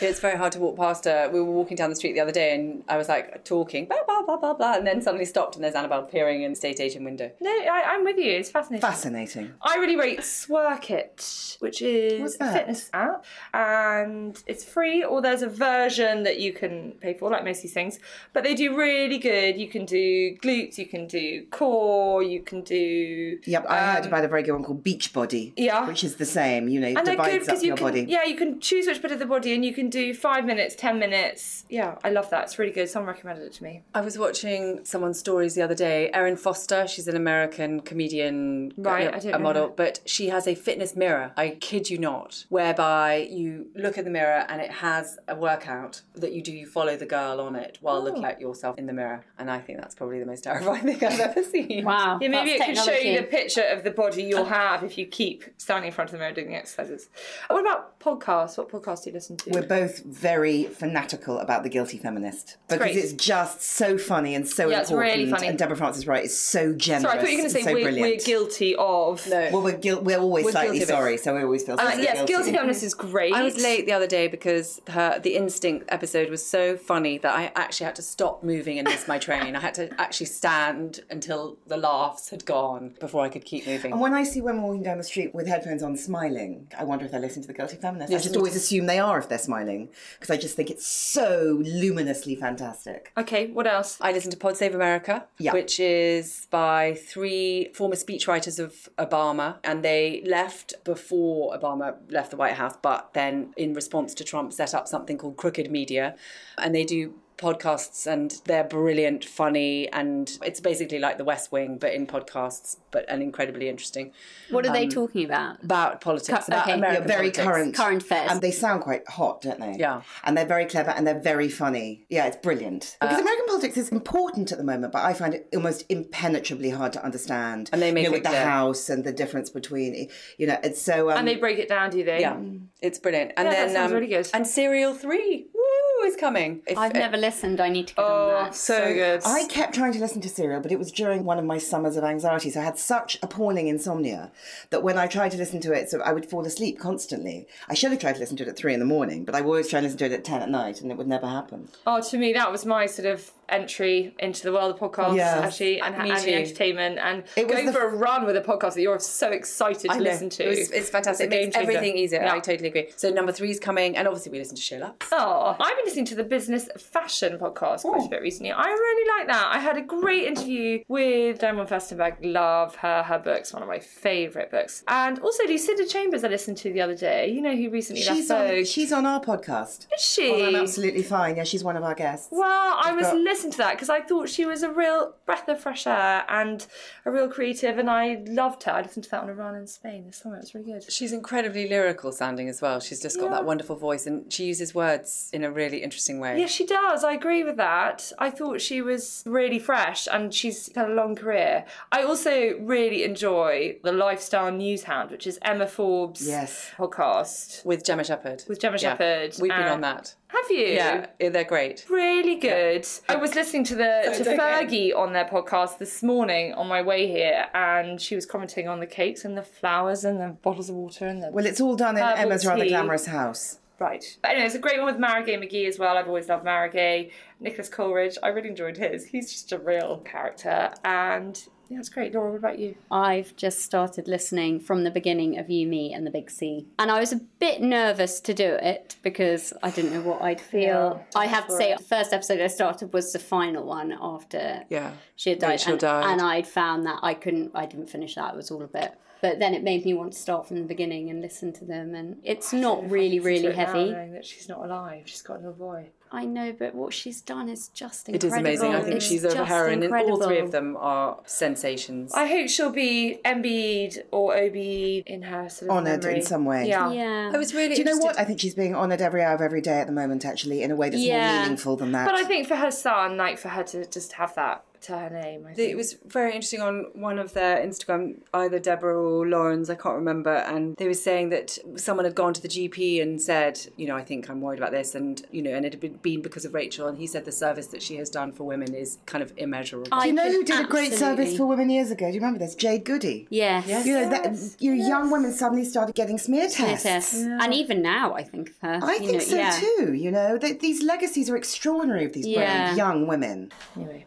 [SPEAKER 3] It's very hard to walk past her. We were walking down the street the other day and I was like talking, blah, blah, blah, blah, blah. And then suddenly stopped and there's Annabelle peering in the state agent window.
[SPEAKER 1] No, I, I'm with you. It's fascinating.
[SPEAKER 4] Fascinating.
[SPEAKER 1] I really rate Swirkit, which
[SPEAKER 4] What's
[SPEAKER 1] is a
[SPEAKER 4] that?
[SPEAKER 1] fitness app, and it's free. Or there's a version that you can pay for, like most of these things. But they do really good. You can do glutes, you can do core, you can do
[SPEAKER 4] Yep, I heard about a very good one called Beachbody.
[SPEAKER 1] Um, Yeah.
[SPEAKER 4] Which is the same, you know, it
[SPEAKER 1] and they're good
[SPEAKER 4] divides up
[SPEAKER 1] because you
[SPEAKER 4] your
[SPEAKER 1] can
[SPEAKER 4] body.
[SPEAKER 1] yeah you can choose which bit of the body and you can do five minutes, ten minutes. Yeah, I love that. It's really good. Someone recommended it to me.
[SPEAKER 3] I was watching someone's stories the other day. Erin Foster, she's an American comedian, uh,
[SPEAKER 1] Right,
[SPEAKER 3] you
[SPEAKER 1] I don't know
[SPEAKER 3] a model,
[SPEAKER 1] her.
[SPEAKER 3] but she has a fitness mirror. I kid you not, whereby you look in the mirror and it has a workout that you do. You follow the girl on it while looking at yourself in the mirror, and I think that's probably the most terrifying thing I've ever seen.
[SPEAKER 2] Wow.
[SPEAKER 1] Yeah, maybe
[SPEAKER 2] that's
[SPEAKER 1] it could show you the
[SPEAKER 2] technology.
[SPEAKER 1] picture of the body you'll have if you keep standing in front of the mirror doing the exercises. And what about podcasts? What podcasts do you listen to?
[SPEAKER 4] We're both very fanatical about the guilty feminist because
[SPEAKER 1] great.
[SPEAKER 4] it's just so funny and so
[SPEAKER 1] Yeah, it's
[SPEAKER 4] important.
[SPEAKER 1] really funny.
[SPEAKER 4] And Deborah Francis Wright is so generous.
[SPEAKER 1] Sorry, I thought you were going to
[SPEAKER 4] and
[SPEAKER 1] say
[SPEAKER 4] so
[SPEAKER 1] we're,
[SPEAKER 4] brilliant.
[SPEAKER 1] we're guilty of.
[SPEAKER 3] No.
[SPEAKER 4] Well, we're, guil- we're always slightly
[SPEAKER 3] guilty of it.
[SPEAKER 4] sorry, so we always feel
[SPEAKER 1] Uh,
[SPEAKER 4] so
[SPEAKER 1] yes, guilty feminist is great.
[SPEAKER 3] I was late the other day because her the instinct episode was so funny that I actually had to stop moving and miss my train. I had to actually stand until the laughs had gone before I could keep moving.
[SPEAKER 4] And when I see women walking down the street with headphones on smiling, I wonder if they're listening to the guilty feminist. I just always assume they are if they're smiling because I just think it's so luminously fantastic.
[SPEAKER 1] Okay, what else?
[SPEAKER 3] I listen to Pod Save America,
[SPEAKER 4] Yeah.
[SPEAKER 3] which is by three former speechwriters of Obama, and they left before Obama left the White House, but then in response to Trump, set up something called Crooked Media, and they do podcasts and they're brilliant funny and it's basically like the west wing but in podcasts but and incredibly interesting
[SPEAKER 2] What
[SPEAKER 1] Um,
[SPEAKER 2] are they talking about?
[SPEAKER 3] about politics
[SPEAKER 2] Cu-
[SPEAKER 3] about
[SPEAKER 2] okay.
[SPEAKER 3] American
[SPEAKER 4] They're very
[SPEAKER 3] politics.
[SPEAKER 4] current.
[SPEAKER 2] Current affairs.
[SPEAKER 4] And they sound quite hot, don't they?
[SPEAKER 3] Yeah.
[SPEAKER 4] And they're very clever and they're very funny. Yeah, it's brilliant.
[SPEAKER 3] Uh,
[SPEAKER 4] Because American politics is important at the moment, but I find it almost impenetrably hard to understand.
[SPEAKER 3] And they make
[SPEAKER 4] you know,
[SPEAKER 3] it
[SPEAKER 4] with the
[SPEAKER 3] clear.
[SPEAKER 4] house and the difference between, you know, it's so. Um,
[SPEAKER 1] And they break it down, do they?
[SPEAKER 3] yeah it's brilliant and
[SPEAKER 1] Yeah, that
[SPEAKER 3] then um,
[SPEAKER 1] sounds really good.
[SPEAKER 3] and serial 3 woo is coming If-
[SPEAKER 2] I've never listened. I need to get on
[SPEAKER 1] Oh,
[SPEAKER 2] that.
[SPEAKER 1] so, good.
[SPEAKER 4] I kept trying to listen to Serial, but it was during one of my summers of anxiety. So I had such appalling insomnia that when I tried to listen to it, so I would fall asleep constantly. I should have tried to listen to it at three in the morning, but I would always try and listen to it at ten at night, and it would never happen.
[SPEAKER 1] oh, to me, that was my sort of entry into the world of podcasts,
[SPEAKER 4] Yeah.
[SPEAKER 1] actually, and,
[SPEAKER 3] Me
[SPEAKER 1] and the
[SPEAKER 3] too.
[SPEAKER 1] entertainment, and
[SPEAKER 4] It was
[SPEAKER 1] going
[SPEAKER 4] the-
[SPEAKER 1] for a run with a podcast that you're so excited to
[SPEAKER 3] I know.
[SPEAKER 1] listen to.
[SPEAKER 3] It was- it's fantastic.
[SPEAKER 1] It's a
[SPEAKER 3] It
[SPEAKER 1] game
[SPEAKER 3] makes
[SPEAKER 1] changer.
[SPEAKER 3] everything easier.
[SPEAKER 1] Yeah.
[SPEAKER 3] I totally agree. So number three is coming, and obviously we listen to Sheila.
[SPEAKER 1] Oh, I've been listening to the Business Fashion podcast
[SPEAKER 4] Oh.
[SPEAKER 1] quite a bit recently. I really like that. I had a great interview with Diamond Festenberg. Love her. Her book's one of my favourite books. And also Lucinda Chambers, I listened to the other day. You know who recently
[SPEAKER 4] She's
[SPEAKER 1] left
[SPEAKER 4] on,
[SPEAKER 1] Vogue?
[SPEAKER 4] she's on our podcast.
[SPEAKER 1] Is she?
[SPEAKER 3] Oh,
[SPEAKER 4] Well, I'm absolutely fine. Yeah, she's one of our guests.
[SPEAKER 1] Well, I was
[SPEAKER 4] got-
[SPEAKER 1] listening to that because I thought she was a real breath of fresh air and a real creative, and I loved her. I listened to that on a run in Spain this summer. It was really good.
[SPEAKER 3] She's incredibly lyrical sounding as well. She's just got that wonderful voice, and she uses words in a really interesting way.
[SPEAKER 1] Yeah, she does. I agree with that. I thought she was really fresh and she's had a long career. I also really enjoy the Lifestyle News Hound, which is Emma Forbes'
[SPEAKER 4] Yes.
[SPEAKER 1] podcast
[SPEAKER 3] With Gemma Shepherd.
[SPEAKER 1] with Gemma Shepherd.
[SPEAKER 3] We've been
[SPEAKER 1] and-
[SPEAKER 3] on that.
[SPEAKER 1] Have you?
[SPEAKER 3] Yeah, yeah, they're great.
[SPEAKER 1] Really good. I was listening to the to
[SPEAKER 3] it's okay.
[SPEAKER 1] Fergie on their podcast this morning on my way here, and she was commenting on the cakes and the flowers and the bottles of water and the
[SPEAKER 4] Well, it's all done in
[SPEAKER 1] Herbal
[SPEAKER 4] Emma's rather
[SPEAKER 1] tea.
[SPEAKER 4] glamorous house.
[SPEAKER 1] Right. But anyway, it's a great one with Marigay McGee as well. I've always loved Marigay. Nicholas Coleridge, I really enjoyed his. He's just a real character. And yeah, it's great. Laura, what about you?
[SPEAKER 2] I've just started listening from the beginning of You, Me, and the Big C. And I was a bit nervous to do it because I didn't know what I'd feel. I have to say, the first episode I started was the final one after
[SPEAKER 3] Yeah.
[SPEAKER 2] she had died.
[SPEAKER 3] Rachel
[SPEAKER 2] and,
[SPEAKER 3] died.
[SPEAKER 2] and I'd found that I couldn't, I didn't finish that. It was all a bit. But then it made me want to start from the beginning and listen to them. And it's not really, really
[SPEAKER 1] It's written down
[SPEAKER 2] heavy.
[SPEAKER 1] knowing that she's not alive. She's got a little boy.
[SPEAKER 2] I know, but what she's done is just
[SPEAKER 3] It
[SPEAKER 2] incredible.
[SPEAKER 3] is amazing. I think
[SPEAKER 2] It's
[SPEAKER 3] she's over
[SPEAKER 2] just
[SPEAKER 3] heroine, and all three
[SPEAKER 2] incredible.
[SPEAKER 3] of them are sensations.
[SPEAKER 1] I hope she'll be MBE'd or OBE'd in her sort of
[SPEAKER 4] Honoured in
[SPEAKER 1] memory.
[SPEAKER 4] some way.
[SPEAKER 1] Yeah.
[SPEAKER 2] Yeah.
[SPEAKER 3] I was really.
[SPEAKER 4] Do you know what? I think she's being honoured every hour of every day at the moment, actually, in a way that's
[SPEAKER 2] Yeah.
[SPEAKER 4] more meaningful than that.
[SPEAKER 1] But I think for her son, like for her to just have that to her name, I
[SPEAKER 3] It
[SPEAKER 1] think.
[SPEAKER 3] was very interesting on one of their Instagram, either Deborah or Lauren's, I can't remember, and they were saying that someone had gone to the GP and said, you know, I think I'm worried about this, and you know, and it had been- been because of Rachel, and he said the service that she has done for women is kind of immeasurable.
[SPEAKER 2] I
[SPEAKER 4] Do you know
[SPEAKER 2] can
[SPEAKER 4] who did a great service
[SPEAKER 2] absolutely-
[SPEAKER 4] for women years ago? Do you remember this? Jade Goody.
[SPEAKER 2] Yes.
[SPEAKER 4] You know, that, you know, young women suddenly started getting smear tests.
[SPEAKER 2] Yes. And even now, I think of her.
[SPEAKER 4] I
[SPEAKER 2] you
[SPEAKER 4] think
[SPEAKER 2] know,
[SPEAKER 4] so
[SPEAKER 2] yeah.
[SPEAKER 4] too. You know, Th these legacies are extraordinary of these
[SPEAKER 2] Yeah.
[SPEAKER 4] brave young women.
[SPEAKER 1] Anyway,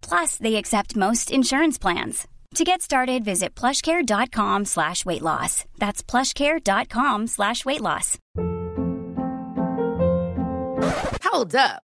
[SPEAKER 5] Plus, they accept most insurance plans. To get started, visit plushcare.com slash weight loss. That's plushcare.com slash weight loss.
[SPEAKER 6] Hold up.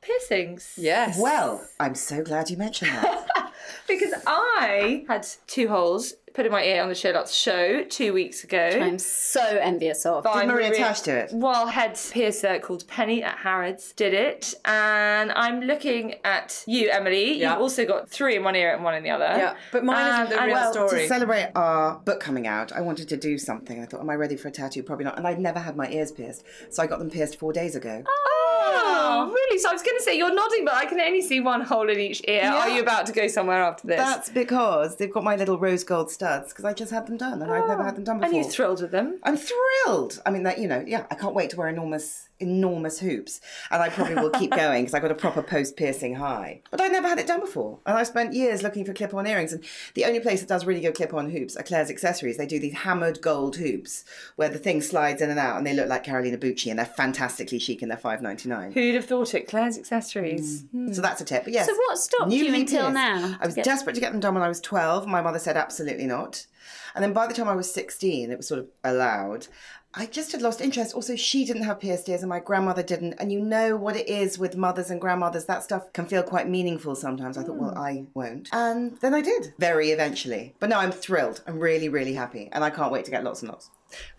[SPEAKER 1] Piercings.
[SPEAKER 3] yes.
[SPEAKER 4] Well, I'm so glad you mentioned that.
[SPEAKER 1] Because I had two holes put in my ear on the Sherlock's show two weeks ago.
[SPEAKER 2] I'm so envious of.
[SPEAKER 1] By
[SPEAKER 4] Maria Tash do it?
[SPEAKER 1] Well, head piercer called Penny at Harrods did it, and I'm looking at you, Emily.
[SPEAKER 3] Yeah.
[SPEAKER 1] You've also got three in one ear and one in the other. Um,
[SPEAKER 3] Yeah, but mine isn't the
[SPEAKER 1] and
[SPEAKER 3] real
[SPEAKER 1] well,
[SPEAKER 3] story.
[SPEAKER 4] to celebrate our book coming out, I wanted to do something. I thought, am I ready for a tattoo? Probably not. And I'd never had my ears pierced, so I got them pierced four days ago.
[SPEAKER 1] Oh, really? So I was going to say you're nodding, but I can only see one hole in each ear. Are you about to go somewhere after this?
[SPEAKER 4] That's because they've got my little rose gold studs because I just had them done and I've never had them done before.
[SPEAKER 1] Oh, and you thrilled with them?
[SPEAKER 4] I'm thrilled. I mean, that you know, yeah, I can't wait to wear enormous, enormous hoops, and I probably will keep going because I got a proper post-piercing high. But I never had it done before, and I spent years looking for clip-on earrings. And the only place that does really good clip-on hoops are Claire's Accessories. They do these hammered gold hoops where the thing slides in and out, and they look like Carolina Bucci, and they're fantastically chic, and they're five ninety nine.
[SPEAKER 1] Who'd have thought it? Claire's accessories.
[SPEAKER 4] So that's a tip. But yes.
[SPEAKER 2] So what stopped you
[SPEAKER 4] newly
[SPEAKER 2] until
[SPEAKER 4] pierced.
[SPEAKER 2] now
[SPEAKER 4] I was
[SPEAKER 2] to get-
[SPEAKER 4] desperate to get them done when I was 12. My mother said absolutely not. And then by the time I was 16, it was sort of allowed. I just had lost interest. Also, she didn't have pierced ears and my grandmother didn't. And you know what it is with mothers and grandmothers. That stuff can feel quite meaningful sometimes. I thought,
[SPEAKER 2] Hmm.
[SPEAKER 4] well, I won't. And then I did, very eventually. But now I'm thrilled. I'm really, really happy. And I can't wait to get lots and lots.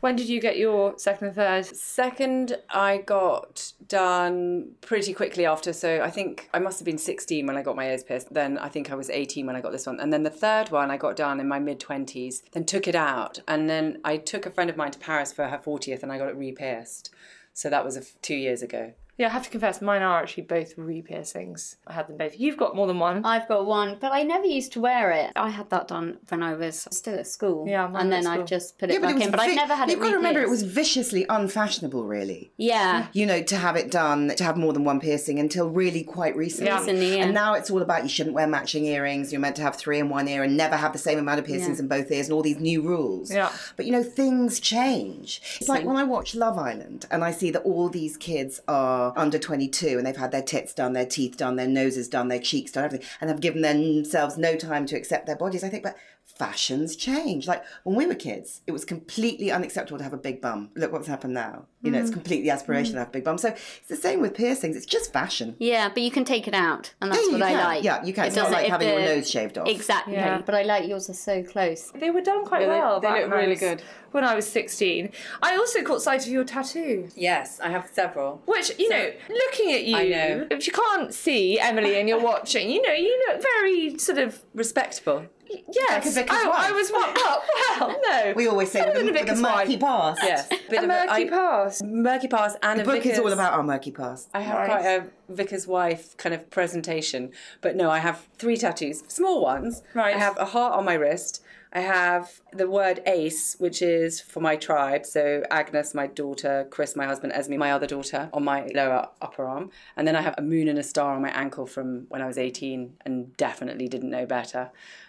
[SPEAKER 1] When did you get your second and third?
[SPEAKER 3] Second, I got done pretty quickly after. So I think I must have been 16 when I got my ears pierced. Then I think I was 18 when I got this one. And then the third one I got done in my mid 20s, then took it out. And then I took a friend of mine to Paris for her 40th and I got it re pierced. So that was a f- two years ago.
[SPEAKER 1] Yeah, I have to confess, mine are actually both re-piercings. I had them both. You've got more than
[SPEAKER 3] Uh,
[SPEAKER 1] one.
[SPEAKER 2] I've got one, but I never used to wear it. I had that done when I was still at school.
[SPEAKER 1] Yeah, mine
[SPEAKER 2] and
[SPEAKER 1] at
[SPEAKER 2] then I
[SPEAKER 1] school.
[SPEAKER 2] just put it
[SPEAKER 4] it
[SPEAKER 2] back in. But I've
[SPEAKER 4] vi-
[SPEAKER 2] never had
[SPEAKER 4] You've
[SPEAKER 2] it.
[SPEAKER 4] got to remember, it was
[SPEAKER 2] re-pierced.
[SPEAKER 4] viciously unfashionable, really.
[SPEAKER 2] Yeah.
[SPEAKER 4] you know, to have it done, to have more than one piercing until really quite recently.
[SPEAKER 1] Yeah.
[SPEAKER 2] Recently, yeah.
[SPEAKER 4] And now it's all about you shouldn't wear matching earrings, you're meant to have three in one ear and never have the same amount of piercings in both ears and all these new rules.
[SPEAKER 1] Yeah.
[SPEAKER 4] But you know, things change. It's like when I watch Love Island and I see that all these kids are under 22 and they've had their tits done, their teeth done, their noses done, their cheeks done, everything, and have given themselves no time to accept their bodies. I think, but fashions change. Like when we were kids, it was completely unacceptable to have a big bum. Look what's happened now. You know, it's completely aspirational to have a big bum. So it's the same with piercings, it's just fashion.
[SPEAKER 2] Yeah, but you can take it out, and that's
[SPEAKER 4] Yeah, you
[SPEAKER 2] what I
[SPEAKER 4] can.
[SPEAKER 2] like.
[SPEAKER 4] Yeah, you can.
[SPEAKER 2] It
[SPEAKER 4] It's not
[SPEAKER 2] doesn't-
[SPEAKER 4] like
[SPEAKER 2] if
[SPEAKER 4] having
[SPEAKER 2] the-
[SPEAKER 4] your nose shaved off.
[SPEAKER 2] Exactly.
[SPEAKER 1] Yeah.
[SPEAKER 2] But I like yours are so close.
[SPEAKER 1] They were done quite
[SPEAKER 3] Yeah, they-
[SPEAKER 1] well.
[SPEAKER 3] they
[SPEAKER 1] back
[SPEAKER 3] look
[SPEAKER 1] when I
[SPEAKER 3] really
[SPEAKER 1] was-
[SPEAKER 3] good.
[SPEAKER 1] When I was 16, I also caught sight of your tattoo.
[SPEAKER 3] Yes, I have several.
[SPEAKER 1] Which you know, looking at you,
[SPEAKER 3] I know.
[SPEAKER 1] if you can't see Emily and you're watching, you know, you look very sort of
[SPEAKER 3] Respectable.
[SPEAKER 1] Yes, Oh,
[SPEAKER 4] Like a vicar's
[SPEAKER 1] I,
[SPEAKER 4] wife.
[SPEAKER 1] I was what? Well, no.
[SPEAKER 4] We always say
[SPEAKER 1] Better
[SPEAKER 4] with a,
[SPEAKER 1] than
[SPEAKER 4] with a
[SPEAKER 1] vicar's
[SPEAKER 4] murky
[SPEAKER 1] wife.
[SPEAKER 4] past.
[SPEAKER 3] Yes. Bit
[SPEAKER 1] A
[SPEAKER 3] of
[SPEAKER 1] murky
[SPEAKER 3] I-
[SPEAKER 1] past.
[SPEAKER 3] Murky past and
[SPEAKER 4] The
[SPEAKER 3] a
[SPEAKER 4] book is all
[SPEAKER 3] vicar's-
[SPEAKER 4] about our murky past.
[SPEAKER 3] I have quite a vicar's wife kind of presentation, but no, I have three tattoos, small ones.
[SPEAKER 1] Right.
[SPEAKER 3] I have a heart on my wrist. I have the word ace, which is for my tribe. So Agnes, my daughter, Chris, my husband, Esme, my other daughter, on my lower upper arm. And then I have a moon and a star on my ankle from when I was 18 and definitely didn't know better.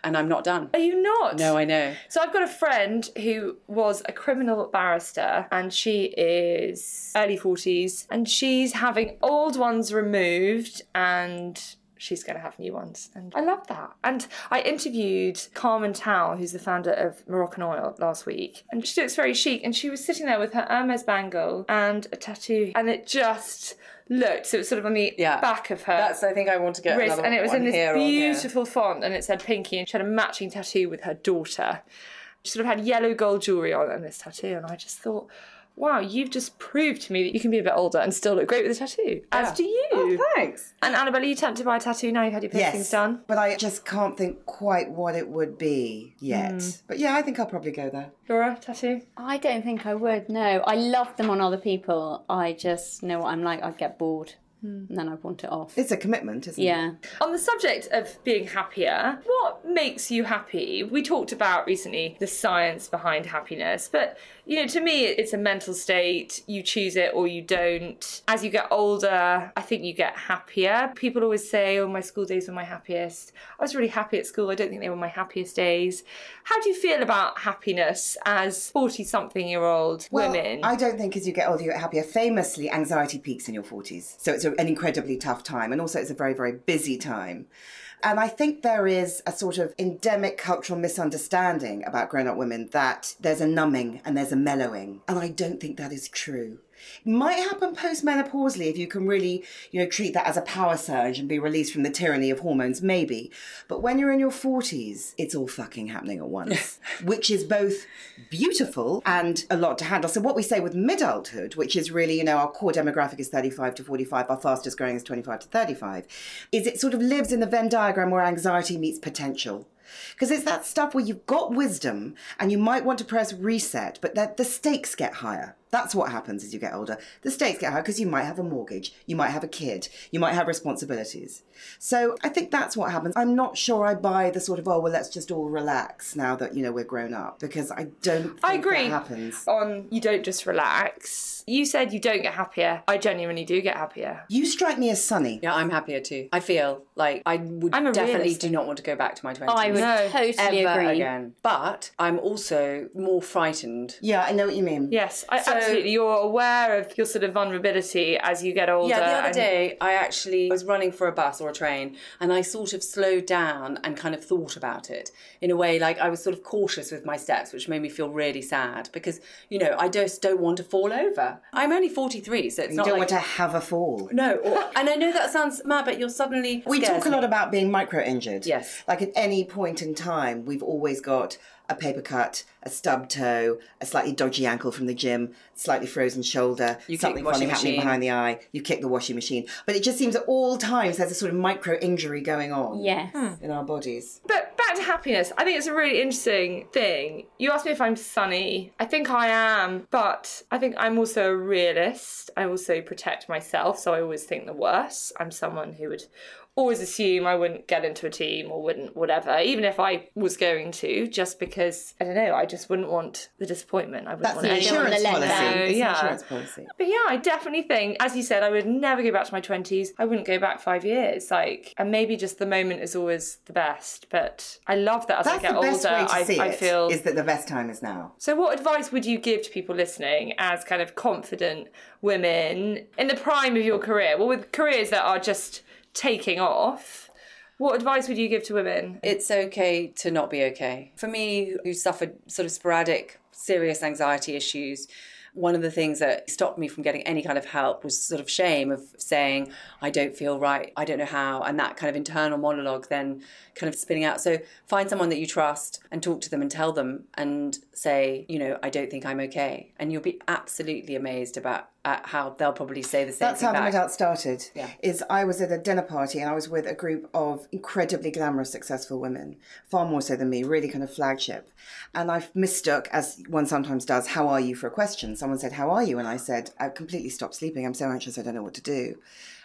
[SPEAKER 3] And I'm not done.
[SPEAKER 1] Are you not?
[SPEAKER 3] No, I know.
[SPEAKER 1] So I've got a friend who was a criminal barrister and she is early 40s and she's having old ones removed and she's going to have new ones and I love that. And I interviewed Carmen Tao who's the founder of Moroccan Oil last week and she looks very chic and she was sitting there with her Hermes bangle and a tattoo and it just looked so it was sort of on the
[SPEAKER 3] Yeah.
[SPEAKER 1] back of her
[SPEAKER 3] That's, I think I want to get
[SPEAKER 1] wrist,
[SPEAKER 3] another
[SPEAKER 1] and it was
[SPEAKER 3] one
[SPEAKER 1] in this
[SPEAKER 3] here or here.
[SPEAKER 1] beautiful font, and it said Pinky, and she had a matching tattoo with her daughter. She sort of had yellow gold jewelry on and this tattoo, and I just thought, wow, you've just proved to me that you can be a bit older and still look great with a tattoo. As do you.
[SPEAKER 3] Oh, thanks.
[SPEAKER 1] And Annabelle, are you tempted by a tattoo now you've had your piercings
[SPEAKER 4] Yes.
[SPEAKER 1] done?
[SPEAKER 4] But I just can't think quite what it would be yet. But yeah, I think I'll probably go there.
[SPEAKER 1] Laura, tattoo?
[SPEAKER 2] I don't think I would. No, I love them on other people. I just know what I'm like. I'd get bored, and then I'd want it off.
[SPEAKER 4] Hmm. It's a commitment, isn't it?
[SPEAKER 2] yeah.
[SPEAKER 1] On the subject of being happier, what makes you happy? We talked about recently the science behind happiness, but you know, to me, it's a mental state. You choose it or you don't. As you get older, I think you get happier. People always say, Oh, my school days were my happiest. I was really happy at school. I don't think they were my happiest days. How do you feel about happiness as 40 something year old
[SPEAKER 4] Well,
[SPEAKER 1] women?
[SPEAKER 4] I don't think as you get older you get happier. Famously, anxiety peaks in your 40s. So it's a- an incredibly tough time. And also, it's a very, very busy time. And I think there is a sort of endemic cultural misunderstanding about grown up women that there's a numbing and there's a mellowing. And I don't think that is true. It might happen postmenopausally if you can really, you know, treat that as a power surge and be released from the tyranny of hormones, maybe. But when you're in your 40s, it's all fucking happening at once, which is both beautiful and a lot to handle. So, what we say with mid adulthood, which is really, you know, our core demographic is 35 to 45, our fastest growing is 25 to 35, is it sort of lives in the Venn diagram where anxiety meets potential. Because it's that stuff where you've got wisdom and you might want to press reset, but that the stakes get higher. That's what happens as you get older. The stakes get higher because you might have a mortgage, you might have a kid, you might have responsibilities. So I think that's what happens. I'm not sure I buy the sort of oh well, let's just all relax now that you know we're grown up because I don't. Think
[SPEAKER 1] I agree.
[SPEAKER 4] That happens.
[SPEAKER 1] On you don't just relax. You said you don't get happier. I genuinely do get happier.
[SPEAKER 4] You strike me as sunny.
[SPEAKER 3] Yeah, I'm happier too. I feel like I would
[SPEAKER 1] I'm a
[SPEAKER 3] definitely
[SPEAKER 1] realist.
[SPEAKER 3] do not want to go back to my 20s.
[SPEAKER 2] I would
[SPEAKER 1] No,
[SPEAKER 2] totally
[SPEAKER 3] ever
[SPEAKER 2] agree.
[SPEAKER 3] again. But I'm also more frightened.
[SPEAKER 4] Yeah, I know what you mean.
[SPEAKER 1] Yes, I, absolutely. You're aware of your sort of vulnerability as you get older.
[SPEAKER 3] Yeah, the other
[SPEAKER 1] and-
[SPEAKER 3] day I actually was running for a bus or a train and I sort of slowed down and kind of thought about it in a way like I was sort of cautious with my steps, which made me feel really sad because, you know, I just don't want to fall over. I'm only 43, so it's
[SPEAKER 4] You
[SPEAKER 3] not
[SPEAKER 4] don't
[SPEAKER 3] like
[SPEAKER 4] want to have a fall.
[SPEAKER 3] no, or, and I know that sounds mad, but you're suddenly
[SPEAKER 4] We
[SPEAKER 3] scares
[SPEAKER 4] talk a
[SPEAKER 3] me.
[SPEAKER 4] lot about being micro injured.
[SPEAKER 3] Yes.
[SPEAKER 4] Like at any point in time, we've always got a paper cut, a stub toe, a slightly dodgy ankle from the gym, slightly frozen shoulder,
[SPEAKER 3] You kick
[SPEAKER 4] something
[SPEAKER 3] the
[SPEAKER 4] funny
[SPEAKER 3] washing
[SPEAKER 4] happening
[SPEAKER 3] machine.
[SPEAKER 4] behind the eye, you kick the washing machine. But it just seems at all times there's a sort of micro injury going on Hmm.
[SPEAKER 2] Yes.
[SPEAKER 4] in our bodies.
[SPEAKER 1] But back to happiness. I think it's a really interesting thing. You asked me if I'm sunny. I think I am, but I think I'm also a realist. I also protect myself, so I always think the worst. I'm someone who would always assume I wouldn't get into a team or wouldn't whatever, even if I was going to, just because I don't know, I just wouldn't want the disappointment. I wouldn't
[SPEAKER 4] That's
[SPEAKER 1] want
[SPEAKER 4] an
[SPEAKER 1] anyone-
[SPEAKER 2] don't wanna
[SPEAKER 4] insurance
[SPEAKER 2] let
[SPEAKER 4] policy.
[SPEAKER 2] down.
[SPEAKER 4] It's an
[SPEAKER 1] Yeah.
[SPEAKER 4] insurance policy.
[SPEAKER 1] But yeah, I definitely think, as you said, I would never go back to my 20s. I wouldn't go back five years. Like, and maybe just the moment is always the best. But I love that as
[SPEAKER 4] That's
[SPEAKER 1] I get
[SPEAKER 4] the best
[SPEAKER 1] older,
[SPEAKER 4] way to
[SPEAKER 1] I,
[SPEAKER 4] see
[SPEAKER 1] I
[SPEAKER 4] it,
[SPEAKER 1] feel.
[SPEAKER 4] is that the best time is now.
[SPEAKER 1] so, what advice would you give to people listening as kind of confident women in the prime of your career? Well, with careers that are just taking off, what advice would you give to women?
[SPEAKER 3] it's okay to not be okay. For me, who suffered sort of sporadic, serious anxiety issues, one of the things that stopped me from getting any kind of help was sort of shame of saying, I don't feel right, I don't know how, and that kind of internal monologue then kind of spinning out. So find someone that you trust and talk to them and tell them and say, you know, I don't think I'm okay. And you'll be absolutely amazed about at how they'll probably say the same
[SPEAKER 4] That's
[SPEAKER 3] thing
[SPEAKER 4] how the
[SPEAKER 3] back.
[SPEAKER 4] night out started.
[SPEAKER 3] Yeah.
[SPEAKER 4] Is I was at a dinner party and I was with a group of incredibly glamorous, successful women, far more so than me, really kind of flagship. And I mistook, as one sometimes does, "How are you?" for a question. Someone said, "How are you?" and I said, "I completely stopped sleeping. I'm so anxious. I don't know what to do."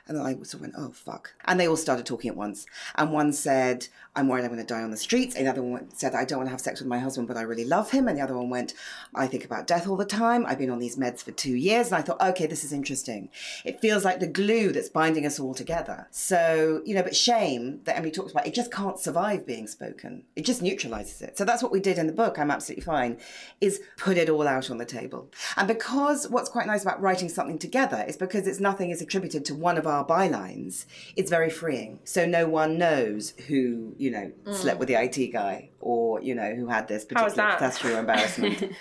[SPEAKER 4] And then I sort of went, "Oh fuck!" And they all started talking at once. And one said, "I'm worried I'm going to die on the streets." Another one said, "I don't want to have sex with my husband, but I really love him." And the other one went, "I think about death all the time. I've been on these meds for two years." And I thought, "Okay, this is interesting. It feels like the glue that's binding us all together." So you know, but shame that Emily talks about it just can't survive being spoken. It just neutralizes it. So that's what we did in the book. I'm absolutely fine. Is put it all out on the table. And because what's quite nice about writing something together is because it's nothing is attributed to one of our bylines. It's very freeing. So no one knows who you know slept with the IT guy or you know who had this
[SPEAKER 1] is
[SPEAKER 4] particular
[SPEAKER 1] that?
[SPEAKER 4] catastrophe or embarrassment.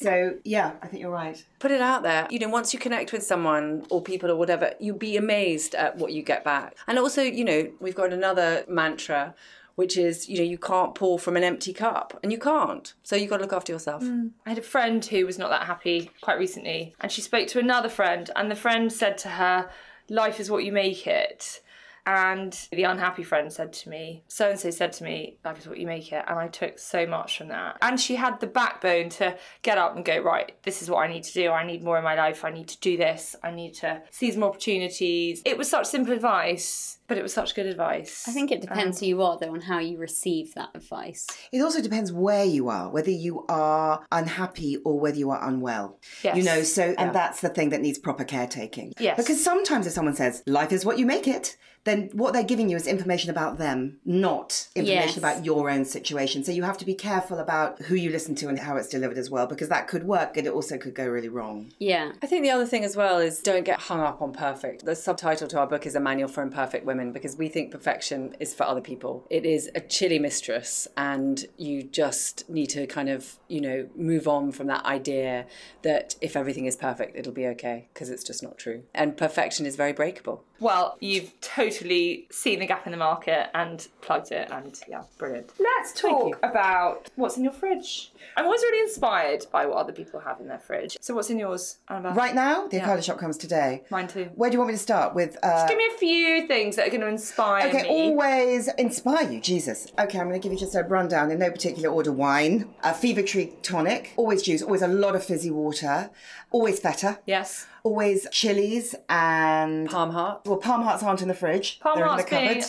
[SPEAKER 4] so yeah, I think you're right.
[SPEAKER 3] Put it out there. You know, once you connect with someone or people or whatever, you'll be amazed at what you get back. And also, you know, we've got another mantra, which is, you know, you can't pour from an empty cup, and you can't. So you've got to look after yourself.
[SPEAKER 1] I had a friend who was not that happy quite recently, and she spoke to another friend, and the friend said to her, Life is what you make it. And the unhappy friend said to me, So and so said to me, Life is what you make it. And I took so much from that. And she had the backbone to get up and go, Right, this is what I need to do. I need more in my life. I need to do this. I need to seize more opportunities. It was such simple advice, but it was such good advice.
[SPEAKER 2] I think it
[SPEAKER 1] Um,
[SPEAKER 2] depends who you are, though, on how you receive that advice.
[SPEAKER 4] It also depends where you are, whether you are unhappy or whether you are unwell.
[SPEAKER 1] Yes.
[SPEAKER 4] You know, so, and that's the thing that needs proper caretaking.
[SPEAKER 1] Yes.
[SPEAKER 4] Because sometimes if someone says, life is what you make it, then what they're giving you is information about them, not information
[SPEAKER 2] Yes.
[SPEAKER 4] about your own situation. So you have to be careful about who you listen to and how it's delivered as well, because that could work, but it also could go really wrong.
[SPEAKER 2] Yeah.
[SPEAKER 3] I think the other thing as well is don't get hung up on perfect. The subtitle to our book is A Manual for Imperfect Women because we think perfection is for other people. It is a chilly mistress, and you just need to kind of, you know, move on from that idea that if everything is perfect, it'll be okay because it's just not true. And perfection is very breakable.
[SPEAKER 1] Well, you've totally seen the gap in the market and plugged it, and yeah, brilliant. Let's talk about what's in your fridge. I'm always really inspired by what other people have in their fridge. So, what's in yours, Annabelle?
[SPEAKER 4] Right now, the Ocado shop comes today.
[SPEAKER 1] Mine too.
[SPEAKER 4] Where do you want me to start? With uh,
[SPEAKER 1] Give me a few things that are going to inspire
[SPEAKER 4] Okay,
[SPEAKER 1] me.
[SPEAKER 4] always inspire you, Jesus. Okay, I'm going to give you just a rundown in no particular order. Wine, a fever tree tonic, always juice, always a lot of fizzy water, always feta,
[SPEAKER 1] yes.
[SPEAKER 4] always chilies and
[SPEAKER 3] Palm heart.
[SPEAKER 4] well, palm hearts aren't in the fridge.
[SPEAKER 1] Palm
[SPEAKER 4] They're in the
[SPEAKER 1] hearts
[SPEAKER 4] cupboard.
[SPEAKER 1] being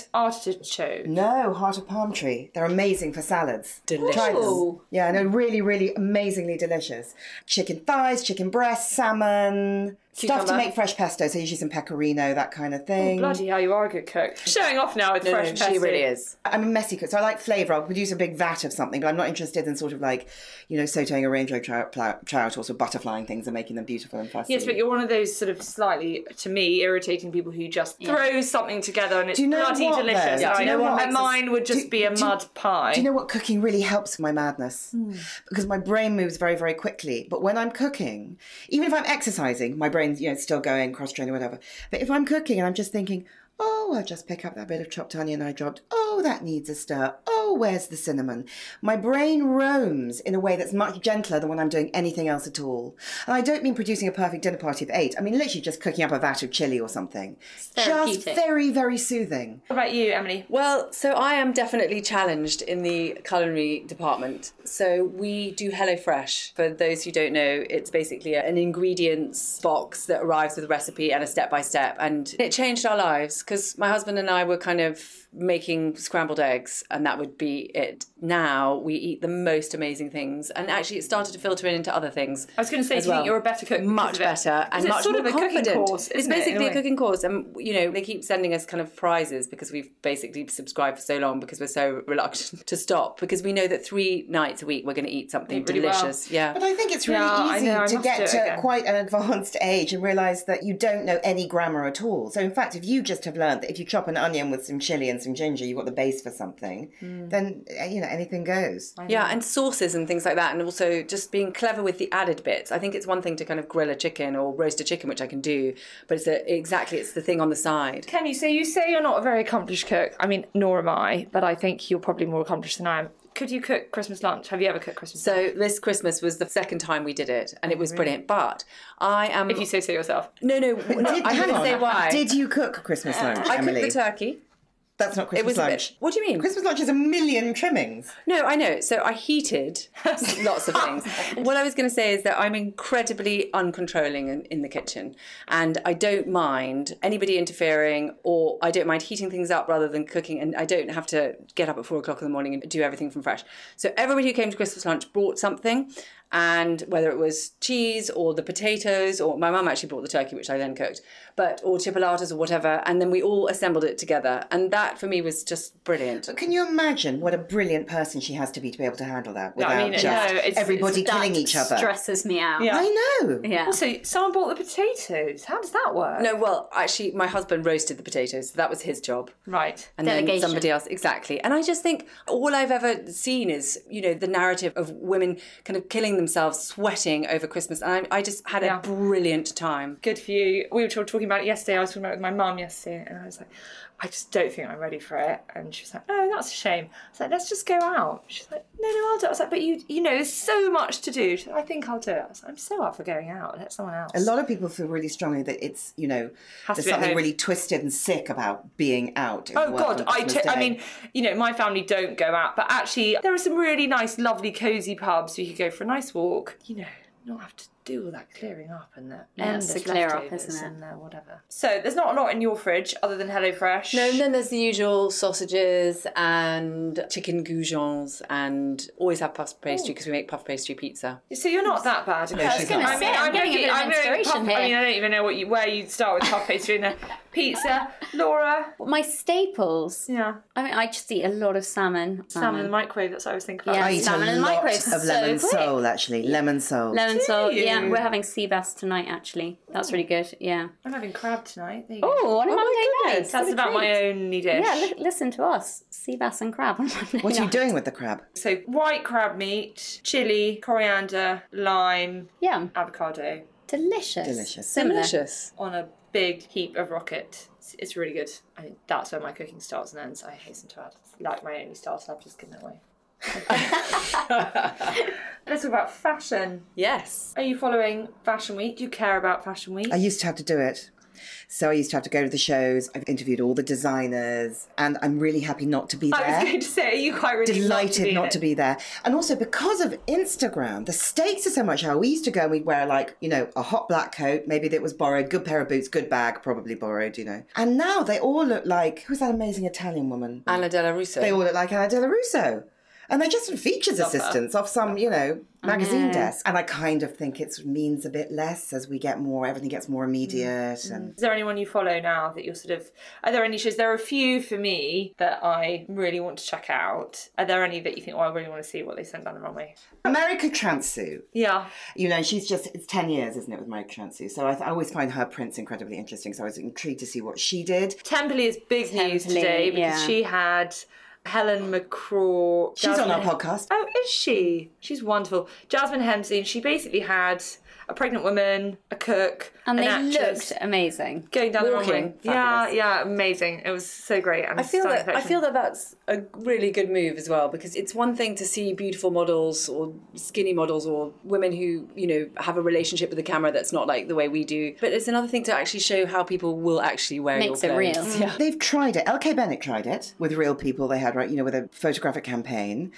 [SPEAKER 1] artichoke.
[SPEAKER 4] No, heart of palm tree. They're amazing for salads.
[SPEAKER 3] Delicious.
[SPEAKER 4] Try them. Yeah, no, really, really amazingly delicious. Chicken thighs, chicken breast, salmon. Stuff to
[SPEAKER 3] Cucumber.
[SPEAKER 4] make fresh pesto, so usually some pecorino, that kind of thing.
[SPEAKER 1] Bloody hell, you are a good cook. Showing off now with fresh pesto.
[SPEAKER 3] she really is.
[SPEAKER 4] I'm a messy cook, so I like flavour. I'll produce a big vat of something, but I'm not interested in sort of like, you know, sauteing a rainbow trout, plow- trout or sort of butterflying things and making them beautiful and fussy.
[SPEAKER 1] Yes, but you're one of those sort of slightly, to me, irritating people who just throw something together and it's
[SPEAKER 4] Do you know
[SPEAKER 1] bloody
[SPEAKER 4] what, though?
[SPEAKER 1] delicious.
[SPEAKER 4] Yeah. Do
[SPEAKER 1] Right?
[SPEAKER 4] you know what
[SPEAKER 1] and
[SPEAKER 4] makes us-
[SPEAKER 1] mine would just
[SPEAKER 4] do-
[SPEAKER 1] be a
[SPEAKER 4] do-
[SPEAKER 1] mud pie.
[SPEAKER 4] Do you know what cooking really helps my madness? Because my brain moves very, very quickly. But when I'm cooking, even if I'm exercising, my brain's you know still going cross training, whatever. But if I'm cooking and I'm just thinking, oh, I'll just pick up that bit of chopped onion I dropped. Oh, that needs a stir. Oh, where's the cinnamon? My brain roams in a way that's much gentler than when I'm doing anything else at all. And I don't mean producing a perfect dinner party of eight. I mean literally just cooking up a vat of chili or something. Just
[SPEAKER 2] therapeutic.
[SPEAKER 4] very, very soothing.
[SPEAKER 1] What about you, Emily?
[SPEAKER 3] Well, so I am definitely challenged in the culinary department. So we do HelloFresh. For those who don't know, it's basically an ingredients box that arrives with a recipe and a step by step. And it changed our lives because my husband and I were kind of making scrambled eggs, and that would be it. Now we eat the most amazing things. And actually, it started to filter in into other things.
[SPEAKER 1] I was going to say, do you
[SPEAKER 3] well.
[SPEAKER 1] think you're a better cook? because
[SPEAKER 3] much
[SPEAKER 1] of it?
[SPEAKER 3] better
[SPEAKER 1] Because
[SPEAKER 3] and
[SPEAKER 1] it's
[SPEAKER 3] much
[SPEAKER 1] sort
[SPEAKER 3] more
[SPEAKER 1] of a cooking
[SPEAKER 3] confident.
[SPEAKER 1] course.
[SPEAKER 3] it's
[SPEAKER 1] isn't it, in
[SPEAKER 3] basically
[SPEAKER 1] a
[SPEAKER 3] a
[SPEAKER 1] way?
[SPEAKER 3] cooking course, and you know they keep sending us kind of prizes because we've basically subscribed for so long because we're so reluctant to stop because we know that three nights a week we're going to eat something
[SPEAKER 1] really well.
[SPEAKER 3] delicious. Yeah.
[SPEAKER 4] But I think it's really
[SPEAKER 1] Yeah, I
[SPEAKER 4] easy
[SPEAKER 1] know, I must
[SPEAKER 4] to
[SPEAKER 1] do
[SPEAKER 4] get
[SPEAKER 1] it
[SPEAKER 4] to
[SPEAKER 1] again.
[SPEAKER 4] quite an advanced age and realise that you don't know any grammar at all. So, in fact, if you just have learned that if you chop an onion with some chili and some ginger, you've got the base for something,
[SPEAKER 1] Hmm.
[SPEAKER 4] then, uh, you know, anything goes.
[SPEAKER 3] Yeah, and sauces and things like that, and also just being clever with the added bits. I think it's one thing to kind of grill a chicken or roast a chicken, which I can do, but it's a, exactly it's the thing on the side.
[SPEAKER 1] Can you say you say you're not a very accomplished cook? I mean, nor am I, but I think you're probably more accomplished than I am. Could you cook Christmas lunch? Have you ever cooked Christmas lunch?
[SPEAKER 3] So this Christmas was the second time we did it,
[SPEAKER 4] Oh,
[SPEAKER 3] and it was brilliant. But I am
[SPEAKER 1] If you say so yourself.
[SPEAKER 3] no, no. no,
[SPEAKER 4] Did-
[SPEAKER 3] I
[SPEAKER 4] hang
[SPEAKER 3] didn't
[SPEAKER 4] on.
[SPEAKER 3] say why.
[SPEAKER 4] Did you cook Christmas lunch,
[SPEAKER 3] I cooked
[SPEAKER 4] Emily?
[SPEAKER 3] the turkey.
[SPEAKER 4] That's not Christmas
[SPEAKER 3] It was a
[SPEAKER 4] lunch.
[SPEAKER 3] bit. What do you mean?
[SPEAKER 4] Christmas lunch is a million trimmings.
[SPEAKER 3] No, I know. So I heated lots of things. what I was going to say is that I'm incredibly uncontrolling in, in the kitchen, and I don't mind anybody interfering, or I don't mind heating things up rather than cooking, and I don't have to get up at four o'clock in the morning and do everything from fresh. So everybody who came to Christmas lunch brought something, and whether it was cheese or the potatoes, or my mum actually brought the turkey, which I then cooked, but or chipolatas or whatever, and then we all assembled it together, and that for me was just brilliant.
[SPEAKER 4] Can you imagine what a brilliant person she has to be to be able to handle that without
[SPEAKER 1] I mean,
[SPEAKER 4] just
[SPEAKER 1] no, it's-
[SPEAKER 4] everybody
[SPEAKER 2] That
[SPEAKER 4] killing each other?
[SPEAKER 2] stresses me out.
[SPEAKER 1] Yeah.
[SPEAKER 4] I know.
[SPEAKER 2] Yeah.
[SPEAKER 1] Also, someone bought the potatoes. How does that work?
[SPEAKER 3] No, Oh, well, actually, my husband roasted the potatoes. So that was his job.
[SPEAKER 1] Right.
[SPEAKER 3] And then
[SPEAKER 2] Delegation.
[SPEAKER 3] somebody else, exactly. And I just think all I've ever seen is, you know, the narrative of women kind of killing themselves, sweating over Christmas. And I, I just had
[SPEAKER 1] Yeah.
[SPEAKER 3] a brilliant time.
[SPEAKER 1] Good for you. We were t- talking about it yesterday. I was talking about it with my mum yesterday, and I was like, I just don't think I'm ready for it. And she was like, No, that's a shame. I was like, Let's just go out. She's like, No, no, I'll do it. I was like, But you, you know, there's so much to do. She's like, I think I'll do it. I was like, I'm so up for going out. Let someone else.
[SPEAKER 4] A lot of people feel really strongly that it's, you know,
[SPEAKER 1] Has to
[SPEAKER 4] there's
[SPEAKER 1] be at
[SPEAKER 4] something
[SPEAKER 1] home.
[SPEAKER 4] really twisted and sick about being out. in the
[SPEAKER 1] Oh
[SPEAKER 4] world
[SPEAKER 1] God,
[SPEAKER 4] on
[SPEAKER 1] I,
[SPEAKER 4] Christmas
[SPEAKER 1] t- I
[SPEAKER 4] Day.
[SPEAKER 1] mean, you know, my family don't go out, but actually, there are some really nice, lovely, cozy pubs. We could go for a nice walk. You know, not have to do all that clearing up and that.
[SPEAKER 2] Yeah, it's
[SPEAKER 1] endless
[SPEAKER 2] the clear up,
[SPEAKER 1] leftovers
[SPEAKER 2] isn't it?
[SPEAKER 1] And uh, whatever. So there's not a lot in your fridge other than HelloFresh.
[SPEAKER 3] And then there's the usual sausages and chicken goujons and always have puff pastry because we make puff pastry pizza.
[SPEAKER 1] So you're not that bad. No,
[SPEAKER 4] she's not.
[SPEAKER 1] I mean,
[SPEAKER 2] I'm getting a
[SPEAKER 1] looking-
[SPEAKER 2] bit of
[SPEAKER 1] I'm looking at
[SPEAKER 2] inspiration
[SPEAKER 1] puff- I mean,
[SPEAKER 2] here.
[SPEAKER 1] I don't even know what you, where you'd start with puff pastry and then pizza. Laura,
[SPEAKER 2] My staples.
[SPEAKER 1] yeah,
[SPEAKER 2] I mean, I just eat a lot of salmon. Um,
[SPEAKER 1] salmon in the microwave. That's what I was thinking about.
[SPEAKER 2] Yeah.
[SPEAKER 4] I eat
[SPEAKER 2] Salmon
[SPEAKER 4] a
[SPEAKER 2] in the
[SPEAKER 4] lot
[SPEAKER 2] microwave,
[SPEAKER 4] of
[SPEAKER 2] so
[SPEAKER 4] lemon
[SPEAKER 2] quick.
[SPEAKER 4] sole, actually. Lemon sole.
[SPEAKER 2] Lemon salt. Yeah,
[SPEAKER 1] you?
[SPEAKER 2] we're having sea bass tonight. Actually, that's really good. Yeah.
[SPEAKER 1] I'm having crab tonight. There you go.
[SPEAKER 2] Oh, on a Monday night.
[SPEAKER 1] That's about my only dish.
[SPEAKER 2] Yeah, li- listen to us. Sea bass and crab on Monday
[SPEAKER 4] what are you
[SPEAKER 2] night.
[SPEAKER 4] doing with the crab?
[SPEAKER 1] So white crab meat, chili, coriander, lime,
[SPEAKER 2] Yeah,
[SPEAKER 1] avocado
[SPEAKER 2] delicious.
[SPEAKER 4] Delicious.
[SPEAKER 2] Similar.
[SPEAKER 3] Delicious.
[SPEAKER 1] on a big heap of rocket. It's, it's really good. I mean, that's where my cooking starts and ends. I hasten to add, It's like my only start, and I've just given it away. Let's talk about fashion.
[SPEAKER 3] Yes.
[SPEAKER 1] Are you following Fashion Week? Do you care about Fashion Week?
[SPEAKER 4] I used to have to do it. So I used to have to go to the shows. I've interviewed all the designers, and I'm really happy not to be there.
[SPEAKER 1] I was going to say, are you quite really
[SPEAKER 4] delighted not
[SPEAKER 1] in
[SPEAKER 4] to
[SPEAKER 1] it?
[SPEAKER 4] be there. And also because of Instagram, the stakes are so much higher. We used to go and we'd wear like, you know, a hot black coat, maybe that was borrowed, good pair of boots, good bag, probably borrowed, you know. And now they all look like who's that amazing Italian woman?
[SPEAKER 3] Anna Della Russo.
[SPEAKER 4] They all look like Anna Della Russo. And they're just sort of features assistants off some, you know, magazine desk. And I kind of think it means a bit less as we get more, everything gets more immediate. And
[SPEAKER 1] Is there anyone you follow now that you're sort of? Are there any shows? There are a few for me that I really want to check out. Are there any that you think, oh, I really want to see what they sent down the runway?
[SPEAKER 4] America Transu
[SPEAKER 1] Yeah.
[SPEAKER 4] you know, she's just, it's 10 years, isn't it, with Mary Transu? So I, I always find her prints incredibly interesting. So I was intrigued to see what she did.
[SPEAKER 1] Temperley is big news
[SPEAKER 2] Temperley,
[SPEAKER 1] today because
[SPEAKER 2] yeah.
[SPEAKER 1] she had Helen McCraw.
[SPEAKER 4] She's on
[SPEAKER 1] Jasmine-
[SPEAKER 4] our podcast.
[SPEAKER 1] Oh, is she? She's wonderful. Jasmine Hemsey, and she basically had a pregnant woman, a cook,
[SPEAKER 2] And
[SPEAKER 1] an
[SPEAKER 2] they
[SPEAKER 1] actress
[SPEAKER 2] looked amazing.
[SPEAKER 1] going down the runway.
[SPEAKER 3] Walking.
[SPEAKER 1] Yeah,
[SPEAKER 3] Fabulous.
[SPEAKER 1] yeah, amazing. It was so great. And
[SPEAKER 3] I feel
[SPEAKER 1] stunning
[SPEAKER 3] that I
[SPEAKER 1] collection.
[SPEAKER 3] feel that that's a really good move as well because it's one thing to see beautiful models or skinny models or women who you know have a relationship with the camera that's not like the way we do, but it's another thing to actually show how people will actually wear
[SPEAKER 2] Makes it
[SPEAKER 3] your
[SPEAKER 2] real.
[SPEAKER 3] clothes.
[SPEAKER 1] Oh.
[SPEAKER 4] They've tried it. LK Bennett tried it with real people they had, right? You know, with a photographic campaign.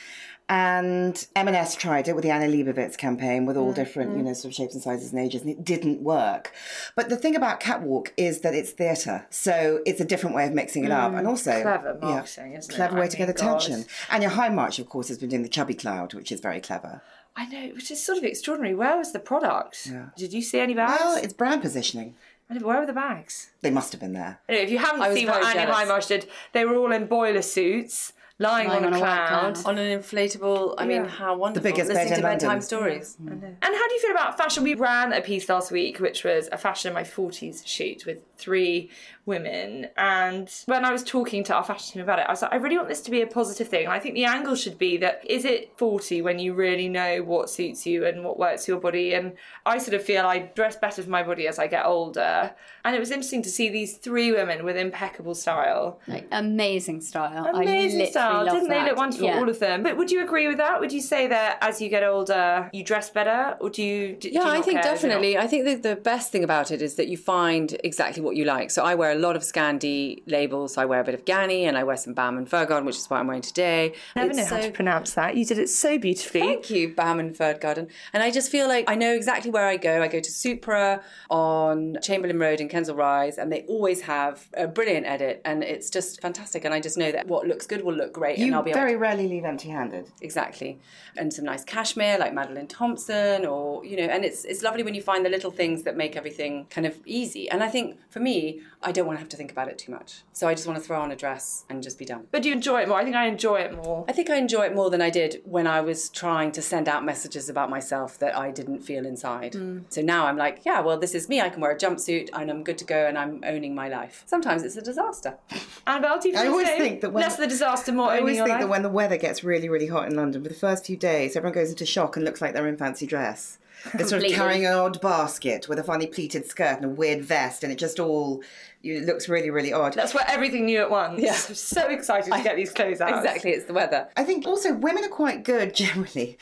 [SPEAKER 4] And M&S tried it with the Anna Leibovitz campaign with all different,
[SPEAKER 1] Mm-hmm.
[SPEAKER 4] you know, sort of shapes and sizes and ages, and it didn't work. But the thing about catwalk is that it's theatre, so it's a different way of mixing it up, and also
[SPEAKER 1] Mm, Clever marketing, isn't it?
[SPEAKER 4] clever
[SPEAKER 1] I
[SPEAKER 4] way to get
[SPEAKER 1] mean, God.
[SPEAKER 4] attention. And your High March, of course, has been doing the chubby cloud, which is very clever.
[SPEAKER 1] I know, which is sort of extraordinary. Where was the product? Did you see any bags?
[SPEAKER 4] Well, it's brand positioning.
[SPEAKER 1] I know, where were the bags?
[SPEAKER 4] They must have been there.
[SPEAKER 1] Anyway, if you haven't
[SPEAKER 3] was
[SPEAKER 1] seen what
[SPEAKER 3] very
[SPEAKER 1] Annie
[SPEAKER 3] jealous.
[SPEAKER 1] Highmarsh did, they were all in boiler suits, lying,
[SPEAKER 2] Lying
[SPEAKER 1] on,
[SPEAKER 2] on
[SPEAKER 1] a
[SPEAKER 2] a white
[SPEAKER 1] cloud.
[SPEAKER 2] cloud.
[SPEAKER 3] On an inflatable, I mean, how wonderful!
[SPEAKER 4] biggest
[SPEAKER 3] Listening
[SPEAKER 4] bed in
[SPEAKER 3] to bedtime
[SPEAKER 4] London.
[SPEAKER 3] stories.
[SPEAKER 1] Mm.
[SPEAKER 3] Mm.
[SPEAKER 1] And how do you feel about fashion? We ran a piece last week, which was a fashion in my forties shoot with three women. And when I was talking to our fashion team about it, I was like, I really want this to be a positive thing. And I think the angle should be that is it forty when you really know what suits you and what works for your body. And I sort of feel I dress better for my body as I get older. And it was interesting to see these three women with impeccable style.
[SPEAKER 2] Like, amazing style. I
[SPEAKER 1] Amazing
[SPEAKER 2] literally
[SPEAKER 1] well,
[SPEAKER 2] love
[SPEAKER 1] didn't
[SPEAKER 2] that.
[SPEAKER 1] they look wonderful,
[SPEAKER 2] Yeah.
[SPEAKER 1] all of them? But would you agree with that? Would you say that as you get older, you dress better, or do you? d- Do,
[SPEAKER 3] Yeah,
[SPEAKER 1] you
[SPEAKER 3] I
[SPEAKER 1] not
[SPEAKER 3] think
[SPEAKER 1] care? Do you not-
[SPEAKER 3] definitely. I think that the best thing about it is that you find exactly what you like. So I wear a lot of Scandi labels. I wear a bit of Ganni and I wear some Bam and Fergon, which is what I'm wearing today.
[SPEAKER 1] I never
[SPEAKER 3] It's
[SPEAKER 1] know how to
[SPEAKER 3] so-
[SPEAKER 1] pronounce that. You did it so beautifully.
[SPEAKER 3] Thank you, Bam and Third Garden. And I just feel like I know exactly where I go. I go to Supra on Chamberlain Road in Kensal Rise, and they always have a brilliant edit, and it's just fantastic. And I just know that what looks good will look great, and
[SPEAKER 4] You
[SPEAKER 3] I'll be
[SPEAKER 4] very
[SPEAKER 3] able
[SPEAKER 4] rarely leave empty-handed.
[SPEAKER 3] to, exactly. And some nice cashmere like Madeline Thompson, or you know, and it's it's lovely when you find the little things that make everything kind of easy. And I think for me, I don't want to have to think about it too much, so I just want to throw on a dress and just be done.
[SPEAKER 1] But do you enjoy it more? I think I enjoy it more.
[SPEAKER 3] I think I enjoy it more than I did when I was trying to send out messages about myself that I didn't feel inside.
[SPEAKER 1] Mm.
[SPEAKER 3] So now I'm like, yeah, well, this is me. I can wear a jumpsuit and I'm good to go and I'm owning my life. Sometimes it's a disaster.
[SPEAKER 1] Annabelle, do you feel
[SPEAKER 4] I
[SPEAKER 1] the
[SPEAKER 4] always
[SPEAKER 1] same?
[SPEAKER 4] think that when
[SPEAKER 1] less the disaster, more
[SPEAKER 4] I
[SPEAKER 1] owning
[SPEAKER 4] always
[SPEAKER 1] your
[SPEAKER 4] think
[SPEAKER 1] life?
[SPEAKER 4] that when the weather gets really, really hot in London, for the first few days, everyone goes into shock and looks like they're in fancy dress. They're sort of carrying an odd basket with a funny pleated skirt and a weird vest, and it just all it looks really, really odd.
[SPEAKER 1] That's where everything new at once. Yeah. I'm so excited to get these clothes out.
[SPEAKER 3] Exactly, it's the weather.
[SPEAKER 4] I think also women are quite good generally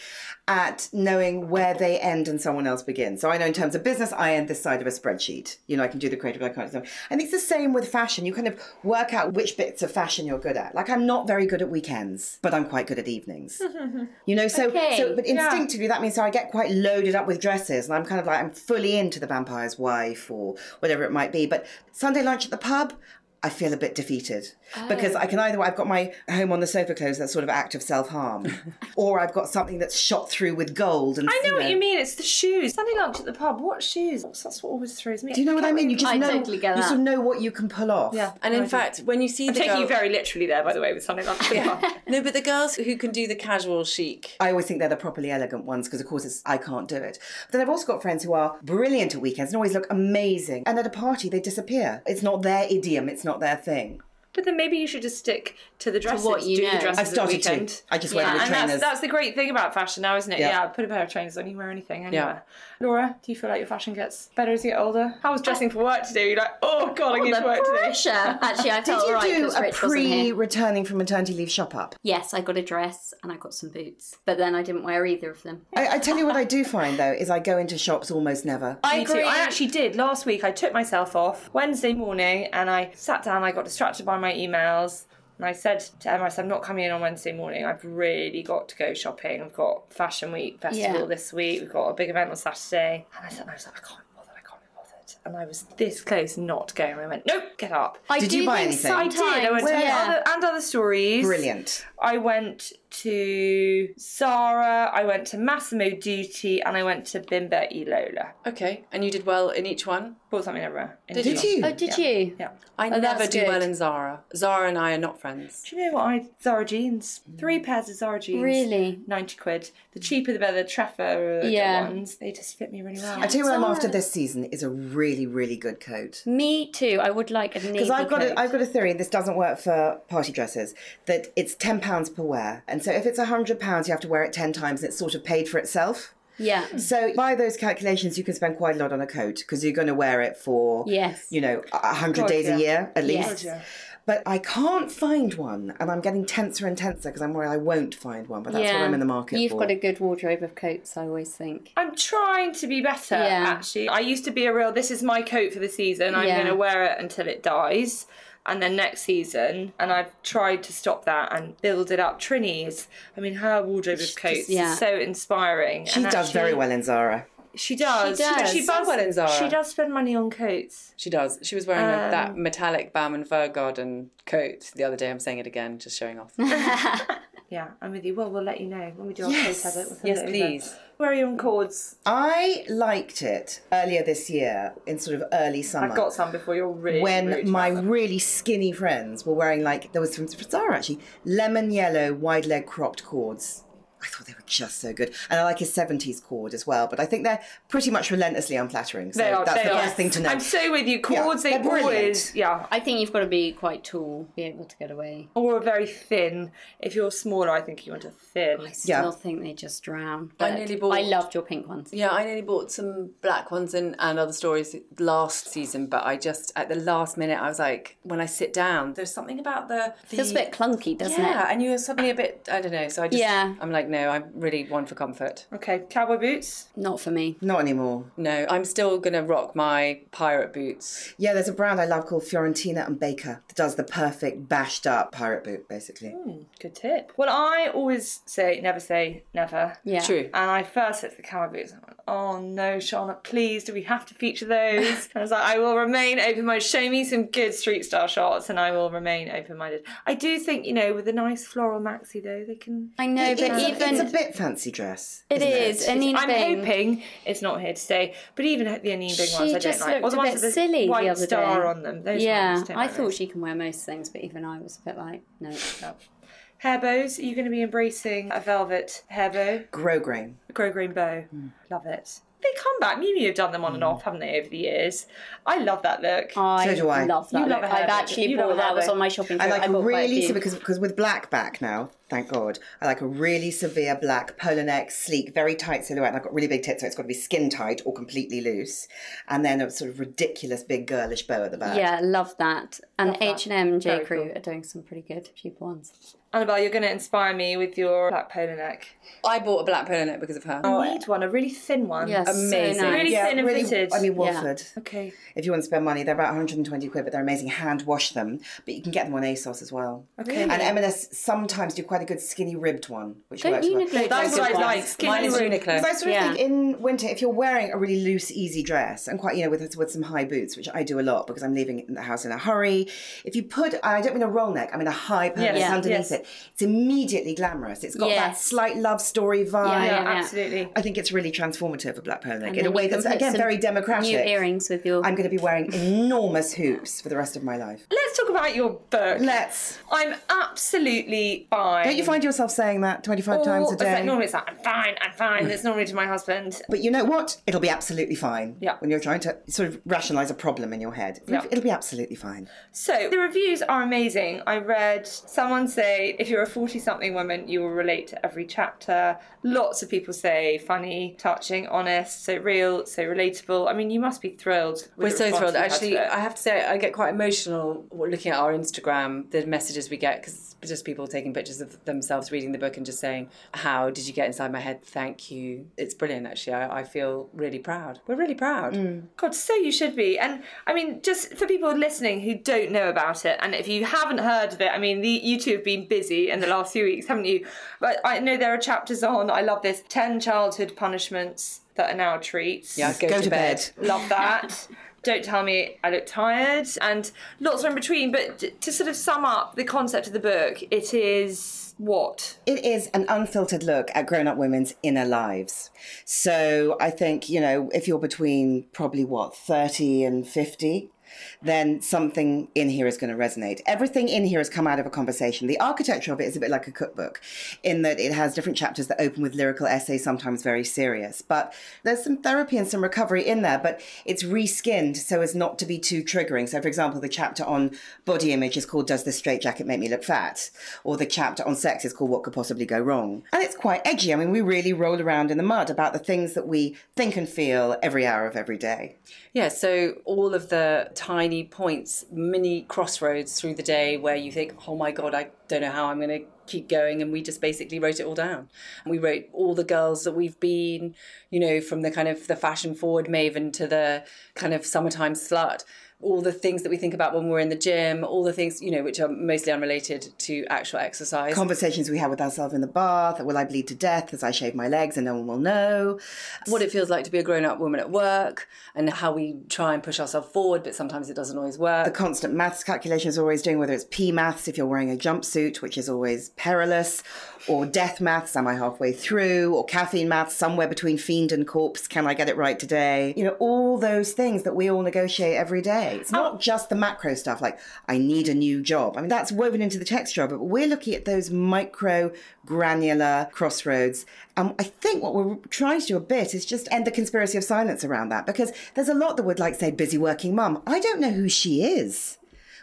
[SPEAKER 4] at knowing where they end and someone else begins. So I know in terms of business, I end this side of a spreadsheet. You know, I can do the creative, but I can't. do the- And it's the same with fashion. You kind of work out which bits of fashion you're good at. Like I'm not very good at weekends, but I'm quite good at evenings. you know, so so but instinctively that means so I get quite loaded up with dresses, and I'm kind of like I'm fully into the vampire's wife or whatever it might be. But Sunday lunch at the pub. I feel a bit defeated because I can either I've got my home on the sofa clothes that's sort of act of self harm, or I've got something that's shot through with gold. And
[SPEAKER 1] I know what
[SPEAKER 4] know,
[SPEAKER 1] you mean. It's the shoes. Sunday lunch at the pub. What shoes? That's what always throws me.
[SPEAKER 4] Do you know what I mean? You just
[SPEAKER 2] I
[SPEAKER 4] know
[SPEAKER 2] totally get
[SPEAKER 4] you
[SPEAKER 2] that.
[SPEAKER 4] sort of know what you can pull off.
[SPEAKER 1] Yeah.
[SPEAKER 3] And in fact, when you see
[SPEAKER 1] I'm
[SPEAKER 3] the
[SPEAKER 1] taking
[SPEAKER 3] girl-
[SPEAKER 1] you very literally there, by the way, with Sunday lunch at the pub.
[SPEAKER 3] no, but the girls who can do the casual chic.
[SPEAKER 4] I always think they're the properly elegant ones because, of course, it's, I can't do it. But then I've also got friends who are brilliant at weekends and always look amazing. And at a party, they disappear. It's not their idiom, it's not their thing.
[SPEAKER 1] But then maybe you should just stick to the dresses.
[SPEAKER 2] what you
[SPEAKER 1] do the
[SPEAKER 2] know.
[SPEAKER 1] dresses
[SPEAKER 4] I've started
[SPEAKER 1] at the weekend.
[SPEAKER 4] to. I just wear
[SPEAKER 2] Yeah,
[SPEAKER 4] them with
[SPEAKER 1] and that's,
[SPEAKER 4] trainers.
[SPEAKER 1] that's the great thing about fashion now, isn't it? Yeah.
[SPEAKER 4] Yeah.
[SPEAKER 1] put a pair of trainers on, you can wear anything anywhere. Laura, do you feel like your fashion gets better as you get older? How was dressing for work today? You're like, oh god, I'm going
[SPEAKER 2] The
[SPEAKER 1] to work
[SPEAKER 2] pressure.
[SPEAKER 1] today.
[SPEAKER 2] Actually, I felt
[SPEAKER 4] Did you
[SPEAKER 2] alright
[SPEAKER 4] do
[SPEAKER 2] because
[SPEAKER 4] a
[SPEAKER 2] Rich wasn't
[SPEAKER 4] pre
[SPEAKER 2] here.
[SPEAKER 4] returning from maternity leave shop up?
[SPEAKER 2] Yes, I got a dress and I got some boots, but then I didn't wear either of them.
[SPEAKER 4] I, I tell you what I do find though is I go into shops almost never.
[SPEAKER 1] I agree. I actually did last week. I took myself off Wednesday morning and I sat down. I got distracted by my emails. And I said to Emma, I said, I'm not coming in on Wednesday morning. I've really got to go shopping. I've got Fashion Week Festival
[SPEAKER 2] Yeah.
[SPEAKER 1] this week. We've got a big event on Saturday. And I said, I was like, I can't be bothered. I can't be bothered. And I was this close not going. I went, nope, get up.
[SPEAKER 2] I
[SPEAKER 4] Did
[SPEAKER 2] do
[SPEAKER 4] you buy
[SPEAKER 2] think
[SPEAKER 4] anything?
[SPEAKER 1] I
[SPEAKER 2] Sometimes,
[SPEAKER 1] did. I went to
[SPEAKER 2] yeah.
[SPEAKER 1] other, and other stories.
[SPEAKER 4] Brilliant.
[SPEAKER 1] I went to Zara. I went to Massimo Dutti, and I went to Bimba e Ilola.
[SPEAKER 3] Okay, and you did well in each one.
[SPEAKER 1] Bought something everywhere. in
[SPEAKER 4] Did
[SPEAKER 1] Zara.
[SPEAKER 4] you?
[SPEAKER 2] Oh, did you?
[SPEAKER 1] Yeah.
[SPEAKER 3] I
[SPEAKER 2] Oh, that's
[SPEAKER 3] never do
[SPEAKER 2] good.
[SPEAKER 3] well in Zara. Zara and I are not friends.
[SPEAKER 1] Do you know what I Zara jeans? Three pairs of Zara jeans.
[SPEAKER 2] Really?
[SPEAKER 1] Ninety quid. The cheaper the better. The Treffer uh,
[SPEAKER 2] Yeah.
[SPEAKER 1] ones. They just fit me really well.
[SPEAKER 4] I tell you what I'm after this season is a really really good coat.
[SPEAKER 2] Me too. I would like a navy
[SPEAKER 4] Because I've got
[SPEAKER 2] coat.
[SPEAKER 4] a, I've got a theory, and this doesn't work for party dresses, that it's ten pounds per wear, and so if it's hundred pounds, you have to wear it ten times, and it's sort of paid for itself.
[SPEAKER 2] yeah.
[SPEAKER 4] So by those calculations, you can spend quite a lot on a coat because you're going to wear it for
[SPEAKER 2] Yes.
[SPEAKER 4] you know a hundred days
[SPEAKER 1] yeah.
[SPEAKER 4] a year at
[SPEAKER 2] Yes.
[SPEAKER 4] least. But I can't find one, and I'm getting tenser and tenser because I'm worried I won't find one. But that's what I'm in the market
[SPEAKER 2] You've
[SPEAKER 4] for.
[SPEAKER 2] got a good wardrobe of coats, I always think.
[SPEAKER 1] I'm trying to be better.
[SPEAKER 2] Yeah.
[SPEAKER 1] Actually, I used to be a real. This is my coat for the season. I'm
[SPEAKER 2] Yeah.
[SPEAKER 1] going to wear it until it dies. And then next season, and I've tried to stop that and build it up. Trini's, I mean, her wardrobe of coats
[SPEAKER 2] yeah.
[SPEAKER 1] is so inspiring.
[SPEAKER 4] she does very well in Zara.
[SPEAKER 1] She does.
[SPEAKER 2] She does.
[SPEAKER 1] She,
[SPEAKER 2] So
[SPEAKER 1] does.
[SPEAKER 3] well in Zara.
[SPEAKER 1] She does Um, spend money on coats.
[SPEAKER 3] She does. She was wearing a, that metallic Bam and Fur Garden coat the other day. I'm saying it again, just showing off.
[SPEAKER 1] Yeah, I'm with you. Well, we'll let you know when we do our
[SPEAKER 4] Yes.
[SPEAKER 1] coat edit. We'll send
[SPEAKER 3] Yes,
[SPEAKER 1] it over.
[SPEAKER 3] please.
[SPEAKER 1] Where are you on cords?
[SPEAKER 4] I liked it earlier this year in sort of early summer.
[SPEAKER 1] I've got some before you're really. rude
[SPEAKER 4] when
[SPEAKER 1] about
[SPEAKER 4] my
[SPEAKER 1] them.
[SPEAKER 4] really skinny friends were wearing like there was from Zara actually lemon yellow wide leg cropped cords I thought they were just so good. And I like his 70s chord as well, but I think they're pretty much relentlessly unflattering. So
[SPEAKER 1] They are.
[SPEAKER 4] that's
[SPEAKER 1] they
[SPEAKER 4] the
[SPEAKER 1] are.
[SPEAKER 4] best thing to know.
[SPEAKER 1] I'm so with you. Chords,
[SPEAKER 4] Yeah,
[SPEAKER 1] they
[SPEAKER 4] they're brilliant.
[SPEAKER 1] always, yeah,
[SPEAKER 2] I think you've got to be quite tall to be able to get away.
[SPEAKER 1] or very thin. If you're smaller, I think you want a
[SPEAKER 4] Oh,
[SPEAKER 1] thin.
[SPEAKER 2] I still
[SPEAKER 4] Yeah.
[SPEAKER 2] think they just drown.
[SPEAKER 3] I
[SPEAKER 2] but
[SPEAKER 3] nearly bought-
[SPEAKER 2] I loved your pink ones.
[SPEAKER 3] Yeah, I only bought some black ones and, and other stories last season, but I just at the last minute I was like, when I sit down, there's something about the, the
[SPEAKER 2] Feels a bit clunky, doesn't
[SPEAKER 3] yeah,
[SPEAKER 2] it?
[SPEAKER 3] and you are suddenly a bit I don't know. So I just
[SPEAKER 2] Yeah.
[SPEAKER 3] I'm like, no, I'm really one for comfort.
[SPEAKER 1] Okay, cowboy boots.
[SPEAKER 2] Not for me.
[SPEAKER 4] Not anymore.
[SPEAKER 3] No, I'm still gonna rock my pirate boots.
[SPEAKER 4] Yeah, there's a brand I love called Fiorentina and Baker that does the perfect bashed up pirate boot, basically.
[SPEAKER 1] Good tip. Well, I always say never say never.
[SPEAKER 2] Yeah.
[SPEAKER 3] True.
[SPEAKER 1] And I first looked at the cowboy boots and I went, oh no, Charlotte, please, do we have to feature those? And I was like, I will remain open minded. Show me some good street style shots and I will remain open minded. I do think, you know, with a nice floral maxi though, they can.
[SPEAKER 2] I know, but
[SPEAKER 4] it's, a-
[SPEAKER 2] even
[SPEAKER 4] it's a bit fancy dress.
[SPEAKER 2] it is. And Anine
[SPEAKER 1] I'm
[SPEAKER 2] Bing-
[SPEAKER 1] hoping it's not here to stay, but even the Anine Bing
[SPEAKER 2] She
[SPEAKER 1] ones I don't
[SPEAKER 2] just
[SPEAKER 1] like.
[SPEAKER 2] looked
[SPEAKER 1] Or the
[SPEAKER 2] a
[SPEAKER 1] ones
[SPEAKER 2] bit
[SPEAKER 1] with the
[SPEAKER 2] silly the
[SPEAKER 1] white
[SPEAKER 2] other
[SPEAKER 1] star
[SPEAKER 2] day.
[SPEAKER 1] on them. Those
[SPEAKER 2] yeah,
[SPEAKER 1] ones don't
[SPEAKER 2] I
[SPEAKER 1] like
[SPEAKER 2] thought
[SPEAKER 1] those.
[SPEAKER 2] she can wear most things, but even I was a bit like, no.
[SPEAKER 1] Hair bows, are you going to be embracing a velvet hair bow?
[SPEAKER 4] Grosgrain.
[SPEAKER 1] Grow Green Bow.
[SPEAKER 4] Hmm.
[SPEAKER 1] Love it. They come back. Mew Mew have done them on and off, haven't they, over the years? I love that look.
[SPEAKER 2] I
[SPEAKER 4] So do I.
[SPEAKER 2] love that.
[SPEAKER 1] You love
[SPEAKER 2] look.
[SPEAKER 1] a hair
[SPEAKER 2] I've
[SPEAKER 1] bow.
[SPEAKER 2] actually
[SPEAKER 1] You love
[SPEAKER 2] bought
[SPEAKER 1] a hair
[SPEAKER 2] that was
[SPEAKER 1] bow.
[SPEAKER 2] on my shopping
[SPEAKER 4] I
[SPEAKER 2] trip.
[SPEAKER 4] like a
[SPEAKER 2] bought quite a
[SPEAKER 4] really
[SPEAKER 2] few.
[SPEAKER 4] severe, because because with black back now, thank God, I like a really severe black polo neck, sleek, very tight silhouette. And I've got really big tits, so it's got to be skin tight or completely loose, and then a sort of ridiculous big girlish bow at the back.
[SPEAKER 2] yeah, love that. And H and M and J
[SPEAKER 1] Very
[SPEAKER 2] Crew
[SPEAKER 1] cool.
[SPEAKER 2] are doing some pretty good cheap ones.
[SPEAKER 1] Annabelle, you're going to inspire me with your black polo neck.
[SPEAKER 3] I bought a black polo neck because of her.
[SPEAKER 1] I need one, a really thin one.
[SPEAKER 2] Oh. Yes,
[SPEAKER 3] Amazing.
[SPEAKER 2] So nice.
[SPEAKER 1] Really thin and fitted.
[SPEAKER 4] I mean Wolford.
[SPEAKER 1] okay.
[SPEAKER 4] If you want to spend money, they're about 120 quid, but they're amazing. Hand wash them, but you can get them on ASOS as well. Okay. And M&S sometimes do quite a good skinny ribbed one, which
[SPEAKER 2] Don't
[SPEAKER 4] works
[SPEAKER 2] you
[SPEAKER 4] well.
[SPEAKER 2] neglect
[SPEAKER 1] That's
[SPEAKER 2] those
[SPEAKER 1] what I
[SPEAKER 2] ones?
[SPEAKER 1] like. Skinny
[SPEAKER 3] Mine is
[SPEAKER 1] ring.
[SPEAKER 3] Uniqlo.
[SPEAKER 4] Because I sort of
[SPEAKER 2] Yeah.
[SPEAKER 4] think in winter, if you're wearing a really loose, easy dress and quite, you know, with with some high boots, which I do a lot because I'm leaving the house in a hurry, if you put, I don't mean a roll neck, I mean a high purse
[SPEAKER 1] Yes,
[SPEAKER 4] underneath
[SPEAKER 1] yes.
[SPEAKER 4] it, it's immediately glamorous. It's got that
[SPEAKER 2] Yes.
[SPEAKER 4] slight love story vibe.
[SPEAKER 2] Yeah,
[SPEAKER 1] Yeah, absolutely.
[SPEAKER 4] I think it's really transformative for black polo neck
[SPEAKER 2] And
[SPEAKER 4] in a
[SPEAKER 2] then
[SPEAKER 4] way
[SPEAKER 2] you can
[SPEAKER 4] that's
[SPEAKER 2] put
[SPEAKER 4] again
[SPEAKER 2] some
[SPEAKER 4] very democratic.
[SPEAKER 2] New earrings with your.
[SPEAKER 4] I'm going to be wearing enormous hoops for the rest of my life.
[SPEAKER 1] Let's talk about your book.
[SPEAKER 4] Let's.
[SPEAKER 1] I'm absolutely fine.
[SPEAKER 4] Don't you find yourself saying that 25
[SPEAKER 1] Or-
[SPEAKER 4] times a
[SPEAKER 1] it's like-
[SPEAKER 4] day?
[SPEAKER 1] normally it's like, I'm fine, I'm fine. That's normally to my husband.
[SPEAKER 4] But you know what? It'll be absolutely fine.
[SPEAKER 1] Yeah.
[SPEAKER 4] When you're trying to sort of rationalise a problem in your head,
[SPEAKER 1] Yeah.
[SPEAKER 4] it'll be absolutely fine.
[SPEAKER 1] So the reviews are amazing. I read someone say if you're a 40 something woman, you will relate to every chapter. Lots of people say funny, touching, honest, so real, so relatable. I mean, you must be thrilled. With
[SPEAKER 3] We're
[SPEAKER 1] the
[SPEAKER 3] so
[SPEAKER 1] response
[SPEAKER 3] thrilled.
[SPEAKER 1] you've had to
[SPEAKER 3] Actually,
[SPEAKER 1] it.
[SPEAKER 3] I have to say, I get quite emotional looking at our Instagram, the messages we get, because just people taking pictures of themselves reading the book and just saying, How did you get inside my head? Thank you. It's brilliant, actually. I, I feel really proud. We're really proud.
[SPEAKER 4] Mm.
[SPEAKER 1] God, so you should be. And I mean, just for people listening who don't know about it, and if you haven't heard of it, I mean, the, you two have been busy in the last few weeks, haven't you? But I know there are chapters on, I love this 10 childhood punishments that are now treats.
[SPEAKER 3] Yeah, go,
[SPEAKER 4] Go to bed.
[SPEAKER 1] Love that. Don't tell me I look tired, and lots in between. But t- to sort of sum up the concept of the book, it is what?
[SPEAKER 4] It is an unfiltered look at grown up women's inner lives. So I think, you know, if you're between probably what, 30 and 50, then something in here is going to resonate. Everything in here has come out of a conversation. The architecture of it is a bit like a cookbook in that it has different chapters that open with lyrical essays, sometimes very serious. But there's some therapy and some recovery in there, but it's reskinned so as not to be too triggering. So, for example, the chapter on body image is called Does This Straight Jacket Make Me Look Fat? Or the chapter on sex is called What Could Possibly Go Wrong? And it's quite edgy. I mean, we really roll around in the mud about the things that we think and feel every hour of every day.
[SPEAKER 3] Yeah, so all of the tiny points, mini crossroads through the day where you think, oh my God, I don't know how I'm going to keep going. And we just basically wrote it all down. And we wrote all the girls that we've been, you know, from the kind of the fashion forward maven to the kind of summertime slut. All the things that we think about when we're in the gym, all the things, you know, which are mostly unrelated to actual exercise.
[SPEAKER 4] conversations we had with ourselves in the bath. Will I bleed to death as I shave my legs and no one will know?
[SPEAKER 3] what it feels like to be a grown up woman at work and how we try and push ourselves forward, but sometimes it doesn't always work.
[SPEAKER 4] The constant maths calculations we're always doing, whether it's P maths if you're wearing a jumpsuit, which is always perilous, or death maths, am I halfway through, or caffeine maths, somewhere between fiend and corpse, can I get it right today? You know, all those things that we all negotiate every day. way. It's not just the macro stuff like I need a new job. I mean that's woven into the texture of it, but we're looking at those micro granular crossroads. And I think what we're trying to do a bit is just end the conspiracy of silence around that because there's a lot that would like say busy working mum. I don't know who she is.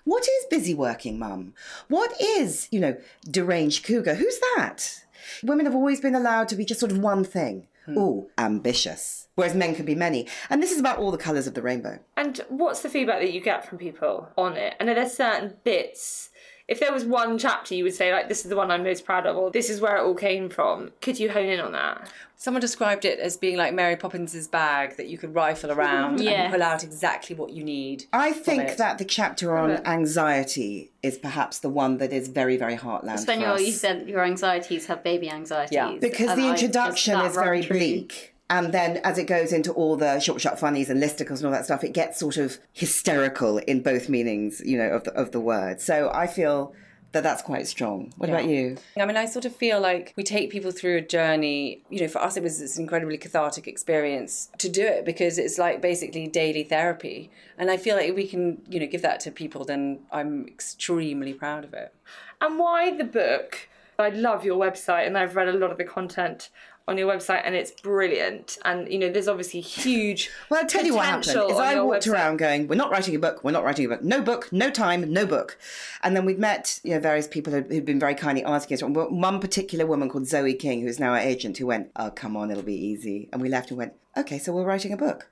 [SPEAKER 4] What is busy working mum? What is, you know, deranged cougar? Who's that? Women have always been allowed to be just sort of one thing. Ooh, ambitious. Whereas men can be many. And this is about all the colours of the rainbow.
[SPEAKER 1] And what's the feedback that you get from people on it? I know there's certain bits. If there was one chapter you would say, like, this is the one I'm most proud of, or this is where it all came from, could you hone in on that?
[SPEAKER 3] Someone described it as being like Mary Poppins's bag that you could rifle around
[SPEAKER 2] Yeah.
[SPEAKER 3] and pull out exactly what you need.
[SPEAKER 4] I
[SPEAKER 3] from
[SPEAKER 4] think
[SPEAKER 3] it.
[SPEAKER 4] that the chapter on anxiety is perhaps the one that is very, very heartland.
[SPEAKER 2] It's when
[SPEAKER 4] for
[SPEAKER 2] you're,
[SPEAKER 4] us.
[SPEAKER 2] you said your anxieties have baby anxieties.
[SPEAKER 3] Yeah.
[SPEAKER 4] because
[SPEAKER 2] and
[SPEAKER 4] the
[SPEAKER 2] I- just
[SPEAKER 4] introduction
[SPEAKER 2] that
[SPEAKER 4] is very
[SPEAKER 2] run through.
[SPEAKER 4] bleak. And then as it goes into all the short, sharp funnies and listicles and all that stuff, it gets sort of hysterical in both meanings, you know, of the, of the word. So I feel that that's quite strong. What about you?
[SPEAKER 3] I mean, I sort of feel like we take people through a journey. You know, for us, it was this incredibly cathartic experience to do it because it's like basically daily therapy. And I feel like if we can, you know, give that to people, then I'm extremely proud of it.
[SPEAKER 1] And why the book? I love your website and I've read a lot of the content on your website and it's brilliant. And, you know, there's obviously huge.
[SPEAKER 4] Well, I'll tell you what happened.
[SPEAKER 1] potential
[SPEAKER 4] Is
[SPEAKER 1] on
[SPEAKER 4] I
[SPEAKER 1] your
[SPEAKER 4] walked
[SPEAKER 1] website.
[SPEAKER 4] around going, we're not writing a book, we're not writing a book, no book, no time, no book. And then we'd met, you know, various people who'd who'd been very kindly asking us. Well, One particular woman called Zoe King, who's now our agent, who went, oh, come on, it'll be easy. And we left and went, okay, so we're writing a book.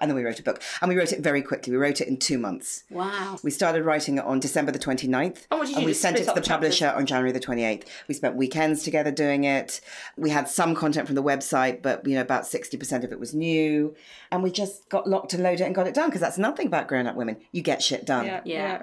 [SPEAKER 4] And then we wrote a book. And we wrote it very quickly. We wrote it in two months.
[SPEAKER 2] Wow.
[SPEAKER 4] We started writing it on December the 29th.
[SPEAKER 1] Oh, what did you
[SPEAKER 4] and
[SPEAKER 1] do,
[SPEAKER 4] we
[SPEAKER 1] just
[SPEAKER 4] sent it
[SPEAKER 1] split
[SPEAKER 4] to
[SPEAKER 1] up
[SPEAKER 4] the
[SPEAKER 1] the chapters?
[SPEAKER 4] publisher on January the 28th. We spent weekends together doing it. We had some content from the website, but you know about 60% of it was new. And we just got locked to load it and got it done because that's nothing about grown-up women. You get shit done.
[SPEAKER 1] Yeah.
[SPEAKER 2] Yeah.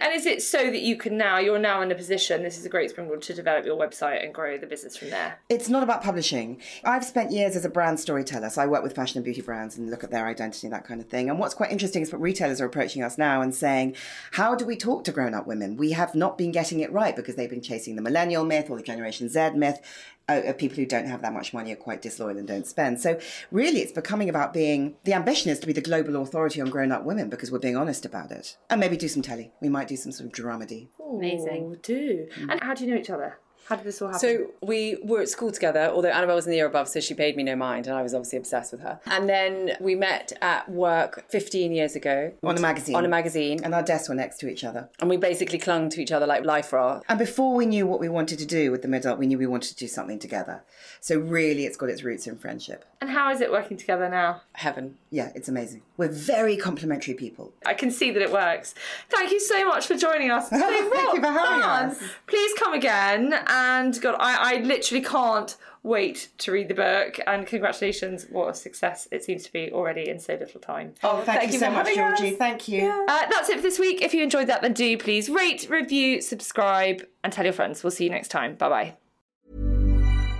[SPEAKER 1] And is it so that you can now, you're now in a position, this is a great springboard to develop your website and grow the business from there?
[SPEAKER 4] It's not about publishing. I've spent years as a brand storyteller, so I work with fashion and beauty brands and look at their identity and that kind of thing. And what's quite interesting is that retailers are approaching us now and saying, How do we talk to grown up women? We have not been getting it right because they've been chasing the millennial myth or the Generation Z myth. Uh, of people who don't have that much money are quite disloyal and don't spend. So, really, it's becoming about being the ambition is to be the global authority on grown up women because we're being honest about it. And maybe do some telly. We might do some sort of dramedy.
[SPEAKER 2] Amazing.
[SPEAKER 1] Ooh, do. And how do you know each other? How did this all happen?
[SPEAKER 3] So we were at school together, although Annabelle was in the year above, so she paid me no mind, and I was obviously obsessed with her. And then we met at work 15 years ago
[SPEAKER 4] On a magazine.
[SPEAKER 3] on a magazine,
[SPEAKER 4] And our desks were next to each other.
[SPEAKER 3] and we basically clung to each other like life raft.
[SPEAKER 4] And before we knew what we wanted to do with the middle, we knew we wanted to do something together. So really, it's got its roots in friendship.
[SPEAKER 1] and how is it working together now?
[SPEAKER 3] Heaven.
[SPEAKER 4] Yeah, it's amazing. We're very complimentary people.
[SPEAKER 1] I can see that it works. Thank you so much for joining us. It's been
[SPEAKER 4] Thank
[SPEAKER 1] real
[SPEAKER 4] you for having
[SPEAKER 1] fun.
[SPEAKER 4] us.
[SPEAKER 1] Please come again. And God, I, I literally can't wait to read the book. And congratulations, what a success it seems to be already in so little time.
[SPEAKER 4] Oh, thank, you, so
[SPEAKER 1] for
[SPEAKER 4] much,
[SPEAKER 1] having us.
[SPEAKER 4] Georgie. Thank you.
[SPEAKER 1] Uh, that's it for this week. If you enjoyed that, then do please rate, review, subscribe, and tell your friends. We'll see you next time. Bye bye.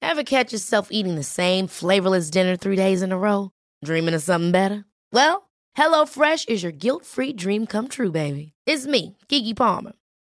[SPEAKER 6] Ever catch yourself eating the same flavorless dinner three days in a row? Dreaming of something better? Well, HelloFresh is your guilt free dream come true, baby. It's me, Kiki Palmer.